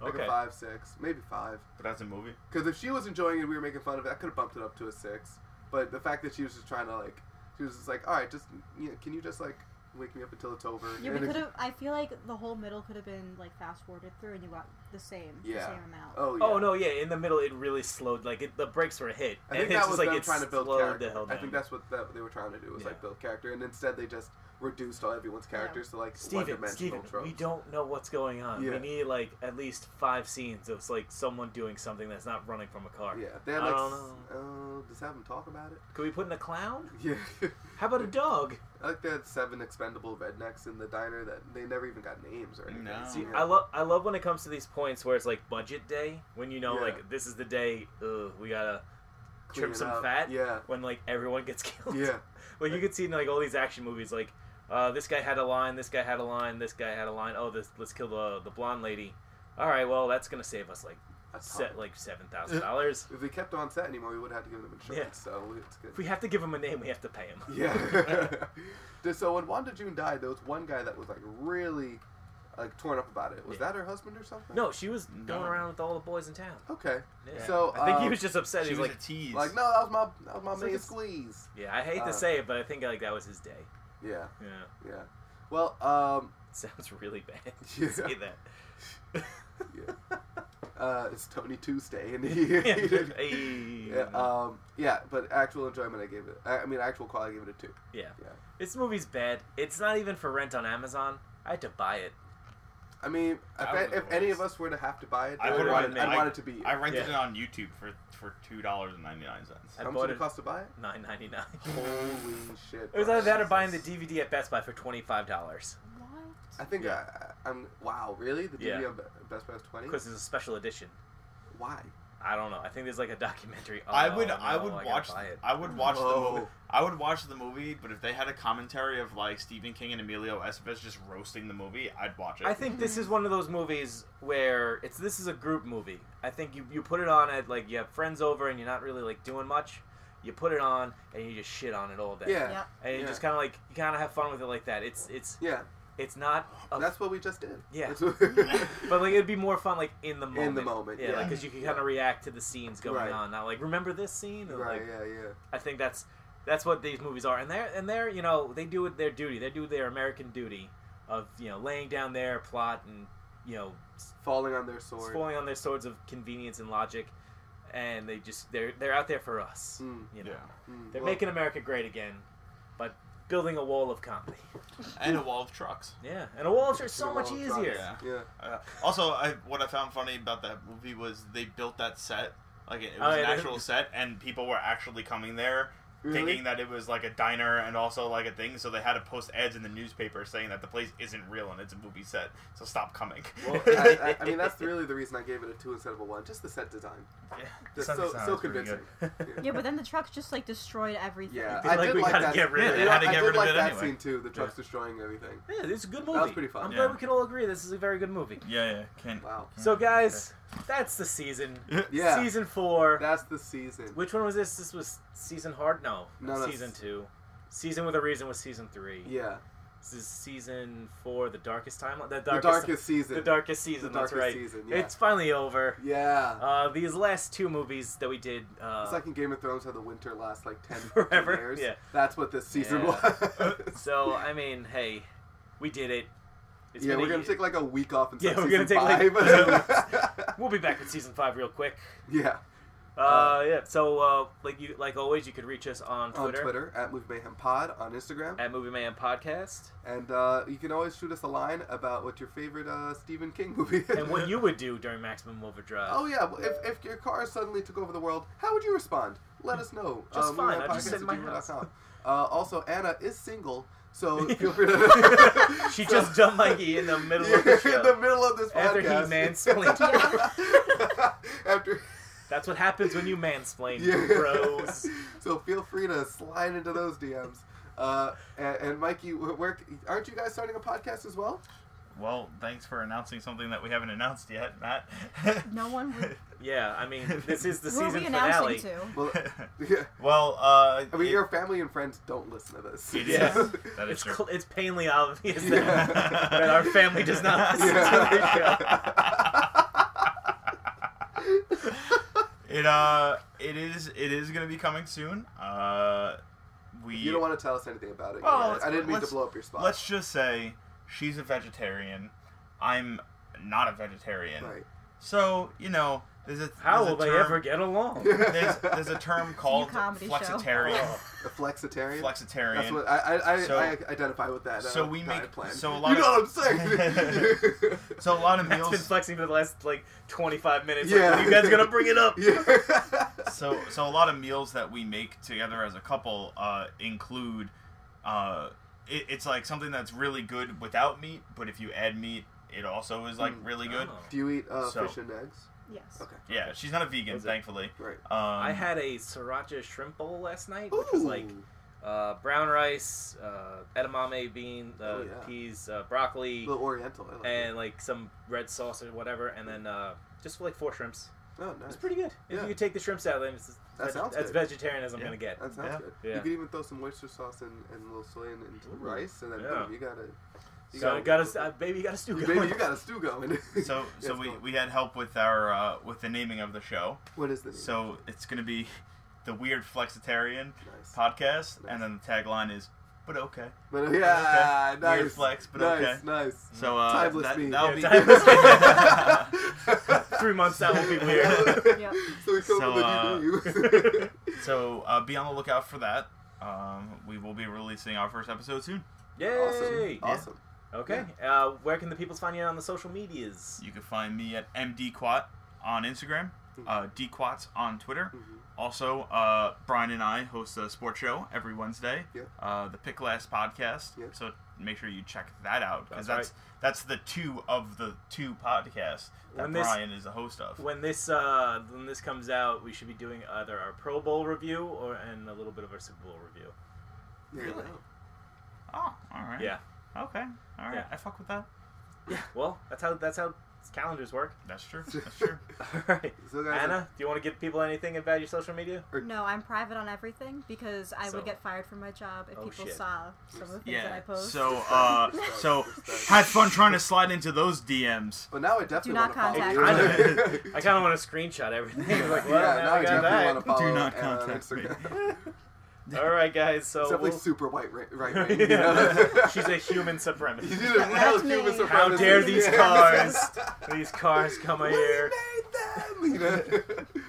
Speaker 2: like
Speaker 3: Okay.
Speaker 2: a five, six, maybe five.
Speaker 5: But that's a movie.
Speaker 2: Because if she was enjoying it, we were making fun of it. I could have bumped it up to a six. But the fact that she was just trying to like, she was just like, all right, just you know, can you just like wake me up until it's over?
Speaker 4: Yeah,
Speaker 2: And
Speaker 4: we
Speaker 2: if-
Speaker 4: could have. I feel like the whole middle could have been like fast forwarded through, and you got the same, the
Speaker 2: Yeah.
Speaker 4: same amount.
Speaker 2: Oh yeah.
Speaker 3: Oh no, yeah. In the middle, it really slowed. Like it, the brakes were hit.
Speaker 2: I think
Speaker 3: and it's
Speaker 2: that
Speaker 3: just
Speaker 2: was
Speaker 3: like
Speaker 2: them
Speaker 3: it
Speaker 2: trying to build
Speaker 3: slowed
Speaker 2: character.
Speaker 3: the hell down.
Speaker 2: I think that's what that they were trying to do was
Speaker 3: Yeah.
Speaker 2: like build character, and instead they just reduced all everyone's characters to like one
Speaker 3: Steven,
Speaker 2: dimensional
Speaker 3: Steven,
Speaker 2: tropes.
Speaker 3: we don't know what's going on.
Speaker 2: Yeah.
Speaker 3: We need like at least five scenes of like someone doing something that's not running from a car.
Speaker 2: Yeah, they had
Speaker 3: I
Speaker 2: like,
Speaker 3: don't
Speaker 2: s- uh, just have them talk about it.
Speaker 3: Could we put in a clown?
Speaker 2: Yeah.
Speaker 3: How about a dog?
Speaker 2: I like they had seven expendable rednecks in the diner that they never even got names or anything.
Speaker 5: No.
Speaker 3: See,
Speaker 2: Yeah.
Speaker 3: I love I love when it comes to these points where it's like budget day when you know
Speaker 2: Yeah.
Speaker 3: like this is the day ugh, we gotta
Speaker 2: Clean
Speaker 3: trim
Speaker 2: it
Speaker 3: some
Speaker 2: up.
Speaker 3: fat.
Speaker 2: Yeah,
Speaker 3: when like everyone gets killed.
Speaker 2: yeah,
Speaker 3: Like you could see in like all these action movies like uh, this guy had a line, this guy had a line, this guy had a line. Oh, this let's kill the the blonde lady. All right, well that's gonna save us like
Speaker 2: a
Speaker 3: set
Speaker 2: ton.
Speaker 3: like seven thousand dollars.
Speaker 2: If we kept on set anymore, we would have had to give them insurance. So it's good.
Speaker 3: If we have to give him a name, we have to pay him.
Speaker 2: Yeah. Just so when Wanda June died, there was one guy that was like really like torn up about it. Was
Speaker 3: Yeah.
Speaker 2: that her husband or something?
Speaker 3: No, she was
Speaker 5: No.
Speaker 3: going around with all the boys in town.
Speaker 2: Okay.
Speaker 3: Yeah.
Speaker 2: So
Speaker 3: I think he
Speaker 2: um,
Speaker 3: was just upset.
Speaker 5: She
Speaker 3: He's
Speaker 5: was
Speaker 3: like,
Speaker 5: a tease.
Speaker 2: like, no, that was my that was my
Speaker 3: It's like
Speaker 2: main
Speaker 3: it's-
Speaker 2: squeeze.
Speaker 3: yeah, I hate
Speaker 2: uh,
Speaker 3: to say it, but I think like that was his day.
Speaker 2: Yeah,
Speaker 3: Yeah,
Speaker 2: yeah. Well, um,
Speaker 3: sounds really bad.
Speaker 2: Yeah.
Speaker 3: to say that.
Speaker 2: uh, it's Tony Tuesday, and he, he did-
Speaker 3: Hey.
Speaker 2: Yeah,
Speaker 5: uh,
Speaker 2: um, yeah, but actual enjoyment, I gave it. I, I mean, actual call, I gave it a two.
Speaker 3: Yeah.
Speaker 2: Yeah.
Speaker 3: This movie's bad. It's not even for rent on Amazon. I had to buy it.
Speaker 2: I mean, if,
Speaker 5: I
Speaker 2: I-
Speaker 5: would've
Speaker 2: if any of
Speaker 5: always-
Speaker 2: us were to have to buy it,
Speaker 5: I
Speaker 2: I would
Speaker 5: would've
Speaker 2: want, it,
Speaker 5: been-
Speaker 2: I'd
Speaker 5: I-
Speaker 2: want it to be.
Speaker 5: I rented
Speaker 3: Yeah.
Speaker 5: it on YouTube for for two dollars and ninety nine cents.
Speaker 3: I
Speaker 2: How much
Speaker 3: bought
Speaker 2: did it
Speaker 3: it-
Speaker 2: cost to buy it?
Speaker 3: Nine ninety nine.
Speaker 2: Holy shit!
Speaker 3: It was
Speaker 2: bro.
Speaker 3: either that or buying the DVD at Best Buy for twenty five dollars
Speaker 2: I
Speaker 4: What?
Speaker 2: think
Speaker 5: Yeah.
Speaker 2: I, I'm. Wow, really? The DVD
Speaker 3: Yeah.
Speaker 2: on Be- Best Buy was twenty.
Speaker 3: because it's a special edition.
Speaker 2: Why?
Speaker 3: I don't know. I think there's like a documentary. Oh,
Speaker 5: I would,
Speaker 3: no,
Speaker 5: I would
Speaker 3: gotta
Speaker 5: watch,
Speaker 3: buy it.
Speaker 5: I would watch
Speaker 2: Whoa.
Speaker 5: the movie. I would watch the movie, but if they had a commentary of like Stephen King and Emilio Estevez just roasting the movie, I'd watch it.
Speaker 3: I think this is one of those movies where it's this is a group movie. I think you, you put it on at like you have friends over and you're not really like doing much. You put it on and you just shit on it all day.
Speaker 2: Yeah, yeah.
Speaker 4: Yeah.
Speaker 3: And you
Speaker 2: Yeah.
Speaker 3: just kind of like you kind of have fun with it like that. It's it's it's not. A,
Speaker 2: That's what we just did.
Speaker 3: Yeah.
Speaker 2: That's what-
Speaker 3: but like it'd be more fun like in the moment.
Speaker 2: In the moment,
Speaker 3: Yeah.
Speaker 2: yeah.
Speaker 3: because you can kind of react to the scenes going
Speaker 2: Right.
Speaker 3: on. Not like remember this scene. Or,
Speaker 2: right.
Speaker 3: like,
Speaker 2: Yeah. Yeah.
Speaker 3: I think that's that's what these movies are, and they're and they're you know they do it their duty. They do their American duty of you know laying down their plot and you know s-
Speaker 2: Falling on their sword.
Speaker 3: falling on their swords of convenience and logic, and they just they're they're out there for us.
Speaker 2: Mm,
Speaker 3: You know,
Speaker 5: yeah,
Speaker 2: mm,
Speaker 3: they're
Speaker 2: well,
Speaker 3: making America great again, but building a wall of comedy.
Speaker 5: and a wall of trucks.
Speaker 3: Yeah, and a wall is
Speaker 2: the
Speaker 3: so much
Speaker 2: wall of
Speaker 3: easier.
Speaker 2: trucks. Yeah.
Speaker 5: Uh, also, I, what I found funny about that movie was they built that set like it, it
Speaker 3: Oh,
Speaker 5: was
Speaker 3: yeah,
Speaker 5: an
Speaker 3: they-
Speaker 5: actual set, and people were actually coming there. Thinking that it was like a diner and also like a thing, so they had to post ads in the newspaper saying that the place isn't real and it's a movie set, so stop coming.
Speaker 3: Well,
Speaker 2: I, I, I mean, that's really the reason I gave it a two instead of a one. Just the set design. Just
Speaker 5: Set
Speaker 2: so,
Speaker 5: design
Speaker 2: so
Speaker 5: was pretty
Speaker 2: convincing.
Speaker 4: Yeah, but then the trucks just like destroyed everything.
Speaker 2: Yeah,
Speaker 3: Like,
Speaker 2: I did
Speaker 3: we
Speaker 2: like
Speaker 3: gotta
Speaker 2: that.
Speaker 3: get rid of
Speaker 2: scene.
Speaker 3: it.
Speaker 5: They had to
Speaker 2: I
Speaker 5: get
Speaker 2: did
Speaker 5: rid of
Speaker 2: like
Speaker 5: it
Speaker 2: that
Speaker 5: anyway.
Speaker 2: scene too. The trucks destroying everything.
Speaker 3: Yeah, it's a good movie.
Speaker 2: was pretty fun.
Speaker 3: I'm
Speaker 5: Yeah.
Speaker 3: glad we can all agree this is a very good movie.
Speaker 5: Yeah, yeah, can't.
Speaker 2: Wow.
Speaker 3: So guys, that's the season.
Speaker 2: Yeah.
Speaker 3: Season four.
Speaker 2: That's the season.
Speaker 3: Which one was this? This was season hard. No,
Speaker 2: No, that's-
Speaker 3: season two. Season with a Reason was season three.
Speaker 2: Yeah,
Speaker 3: This is season four, the darkest time. The darkest,
Speaker 2: the darkest season.
Speaker 3: The darkest season.
Speaker 2: The
Speaker 3: that's right.
Speaker 2: darkest season, yeah.
Speaker 3: It's finally over.
Speaker 2: yeah.
Speaker 3: Uh, these last two movies that we did. Uh,
Speaker 2: it's like in Game of Thrones how the winter lasts like 10
Speaker 3: Forever,
Speaker 2: years.
Speaker 3: yeah.
Speaker 2: That's what this season
Speaker 3: Yeah.
Speaker 2: was.
Speaker 3: so I mean, hey, we did it. It's
Speaker 2: yeah,
Speaker 3: been a
Speaker 2: we're going
Speaker 3: year.
Speaker 2: to take like a week off and
Speaker 3: Yeah,
Speaker 2: start
Speaker 3: we're gonna
Speaker 2: season
Speaker 3: take, like,
Speaker 2: five.
Speaker 3: We'll be back with season five real quick.
Speaker 2: yeah.
Speaker 3: Uh, yeah. So uh, like you, like always, you could reach us
Speaker 2: On
Speaker 3: on Twitter,
Speaker 2: Twitter, at Movie Mayhem Pod, on Instagram.
Speaker 3: at Movie Man Podcast,
Speaker 2: And uh, you can always shoot us a line about what your favorite uh, Stephen King movie is.
Speaker 3: and what you would do during Maximum Overdrive.
Speaker 2: Oh yeah, well, if, if your car suddenly took over the world, how would you respond? Let us know. Um,
Speaker 3: Just fine,
Speaker 2: moviehouse
Speaker 3: I'd just
Speaker 2: podcast
Speaker 3: sit in
Speaker 2: at
Speaker 3: my
Speaker 2: gmail
Speaker 3: house.
Speaker 2: dot com. Uh, also, Anna is single, so feel free to.
Speaker 3: She just dumped Mikey in the middle of the
Speaker 2: Yeah,
Speaker 3: show.
Speaker 2: in the middle of this
Speaker 3: After he
Speaker 2: podcast.
Speaker 4: mansplained.
Speaker 2: After.
Speaker 3: That's what happens when you mansplain,
Speaker 2: Yeah.
Speaker 3: bros.
Speaker 2: so feel free to slide into those DMs. Uh, and, and Mikey, wh- where, aren't you guys starting a podcast as well?
Speaker 5: Well, thanks for announcing something that we haven't announced yet, Matt.
Speaker 4: No one would-
Speaker 3: Yeah, I mean, this is the
Speaker 4: Who are
Speaker 3: season
Speaker 4: we announcing
Speaker 3: finale.
Speaker 4: to?
Speaker 2: Well, yeah.
Speaker 5: well, uh,
Speaker 2: I mean,
Speaker 5: it-
Speaker 2: your family and friends don't listen to this.
Speaker 5: it is.
Speaker 3: Yeah.
Speaker 5: That is
Speaker 3: It's
Speaker 5: true.
Speaker 3: cl- it's painly obvious that,
Speaker 2: Yeah.
Speaker 3: that our family does not listen to this show.
Speaker 5: It uh, it is it is gonna be coming soon. Uh, we
Speaker 2: You don't want to tell us anything about it.
Speaker 5: Well,
Speaker 2: You're right.
Speaker 5: let's-
Speaker 2: I didn't mean to
Speaker 5: let's-
Speaker 2: blow up your spot.
Speaker 5: Let's just say she's a vegetarian. I'm not a vegetarian.
Speaker 2: right.
Speaker 5: So you know, there's a
Speaker 3: How
Speaker 5: there's
Speaker 3: will
Speaker 5: a
Speaker 3: they
Speaker 5: term,
Speaker 3: ever get along?
Speaker 5: There's, there's a term called
Speaker 4: comedy show.
Speaker 5: flexitarian.
Speaker 2: A flexitarian. Oh.
Speaker 5: Flexitarian.
Speaker 2: That's what I I, I,
Speaker 5: So-
Speaker 2: I identify with that. uh,
Speaker 5: so we
Speaker 2: diet
Speaker 5: make-
Speaker 2: plan.
Speaker 5: so a lot
Speaker 2: you know
Speaker 5: of-
Speaker 2: what I'm saying.
Speaker 5: so a lot of
Speaker 3: Matt's been
Speaker 5: meals.
Speaker 3: flexing for the last like 25 minutes.
Speaker 2: Yeah.
Speaker 3: Like, you guys gonna bring it up?
Speaker 2: yeah.
Speaker 5: so so a lot of meals that we make together as a couple uh, include uh, it, it's like something that's really good without meat but if you add meat it also is like
Speaker 2: Mm.
Speaker 5: really good
Speaker 3: Oh.
Speaker 2: Do you eat uh,
Speaker 5: So-
Speaker 2: fish and eggs?
Speaker 4: Yes.
Speaker 2: Okay.
Speaker 5: yeah she's not a vegan
Speaker 3: Was it-
Speaker 5: thankfully
Speaker 2: Right.
Speaker 5: um,
Speaker 3: I had a sriracha shrimp bowl last night,
Speaker 2: Ooh.
Speaker 3: which was like uh, brown rice, uh, edamame bean, uh,
Speaker 2: Oh, yeah.
Speaker 3: peas, uh, broccoli,
Speaker 2: the Oriental. I like
Speaker 3: and like some red sauce or whatever, and then uh, just like four shrimps.
Speaker 2: it. Oh, nice.
Speaker 3: It's pretty good. If
Speaker 2: Yeah.
Speaker 3: you take the shrimps out, then it's
Speaker 2: That
Speaker 3: that's,
Speaker 2: sounds
Speaker 3: that's
Speaker 2: good.
Speaker 3: vegetarian as I'm
Speaker 5: Yeah.
Speaker 3: gonna get.
Speaker 2: That sounds
Speaker 5: Yeah.
Speaker 2: good.
Speaker 3: Yeah.
Speaker 2: You could even throw some oyster sauce and, and a little soy in, into the
Speaker 3: Ooh.
Speaker 2: rice, and then
Speaker 3: Yeah.
Speaker 2: boom, you got it. You
Speaker 3: So I got a uh, baby, you got a stew
Speaker 2: you-
Speaker 3: going.
Speaker 2: Baby, you got a stew going.
Speaker 5: so so
Speaker 2: Yes,
Speaker 5: we,
Speaker 2: go on.
Speaker 5: we had help with our uh, with the naming of the show
Speaker 2: What is the name?
Speaker 5: so it's gonna be the weird flexitarian
Speaker 2: nice.
Speaker 5: podcast and then the tagline is but okay
Speaker 2: But yeah,
Speaker 5: Okay.
Speaker 2: nice
Speaker 5: Weird flex, but
Speaker 2: nice,
Speaker 5: okay.
Speaker 2: Nice.
Speaker 5: so uh,
Speaker 2: Timeless
Speaker 5: that,
Speaker 2: me.
Speaker 5: that'll
Speaker 3: Yeah,
Speaker 5: be
Speaker 3: timeless Three months that will be weird.
Speaker 4: Yep.
Speaker 2: So we come
Speaker 5: So,
Speaker 2: up with a new you.
Speaker 5: So uh, be on the lookout for that. Um, we will be releasing our first episode soon.
Speaker 2: Awesome.
Speaker 3: Yay!
Speaker 2: Awesome.
Speaker 3: Okay. Uh, where can the people find you on the social medias?
Speaker 5: You can find me at mdquat on Instagram, uh, dquats on Twitter.
Speaker 2: Mhm.
Speaker 5: Also, uh, Brian and I host a sports show every Wednesday.
Speaker 2: Yeah.
Speaker 5: Uh, the Pick Last podcast.
Speaker 2: Yeah.
Speaker 5: So make sure you check that out because
Speaker 3: That's
Speaker 5: that's that's, the two of the two podcasts that
Speaker 3: When this-
Speaker 5: Brian is the host of.
Speaker 3: When this uh, when this comes out, we should be doing either our Pro Bowl review or and a little bit of our Super Bowl review.
Speaker 2: There you
Speaker 5: Really?
Speaker 2: go.
Speaker 5: oh, all right.
Speaker 3: Yeah.
Speaker 5: Okay. All right.
Speaker 3: Yeah.
Speaker 5: I fuck with that.
Speaker 3: Yeah. Well, that's how that's how calendars work.
Speaker 5: That's true. That's true.
Speaker 3: All right.
Speaker 2: So guys,
Speaker 3: Anna, do you want to give people anything about your social media?
Speaker 4: No, I'm private on everything because I
Speaker 3: So-
Speaker 4: would get fired from my job if
Speaker 3: Oh,
Speaker 4: people
Speaker 3: shit.
Speaker 4: saw some of the things that I
Speaker 5: yeah.
Speaker 4: post.
Speaker 5: So uh, so had fun trying to slide into those DMs.
Speaker 2: But now I definitely
Speaker 4: Do not
Speaker 2: want to follow
Speaker 4: contact
Speaker 2: you.
Speaker 5: me.
Speaker 3: I kind of want to screenshot everything. like,
Speaker 2: yeah,
Speaker 3: well, now
Speaker 2: now
Speaker 3: I
Speaker 2: I
Speaker 3: got
Speaker 2: definitely want to
Speaker 3: that.
Speaker 2: follow
Speaker 5: Do not
Speaker 2: Anna on
Speaker 5: contact me.
Speaker 2: Instagram.
Speaker 3: All right, guys. So
Speaker 2: Except like
Speaker 3: we'll...
Speaker 2: super white right, right wing. you know?
Speaker 3: she's a human supremacist.
Speaker 2: She's a real
Speaker 4: That's me.
Speaker 2: human
Speaker 3: How
Speaker 2: supremacist.
Speaker 3: dare these
Speaker 2: Yeah.
Speaker 3: cars? These cars come
Speaker 2: We
Speaker 3: here.
Speaker 2: made them. You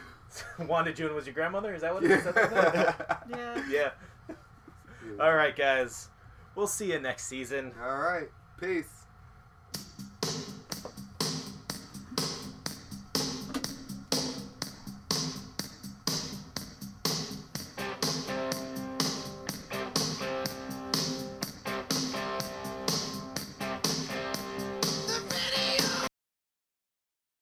Speaker 2: know?
Speaker 3: Wanda June was your grandmother? Is that what it is? That's what it is?
Speaker 2: Yeah.
Speaker 4: yeah.
Speaker 3: yeah. All right, guys. We'll see you next season.
Speaker 2: All right. Peace.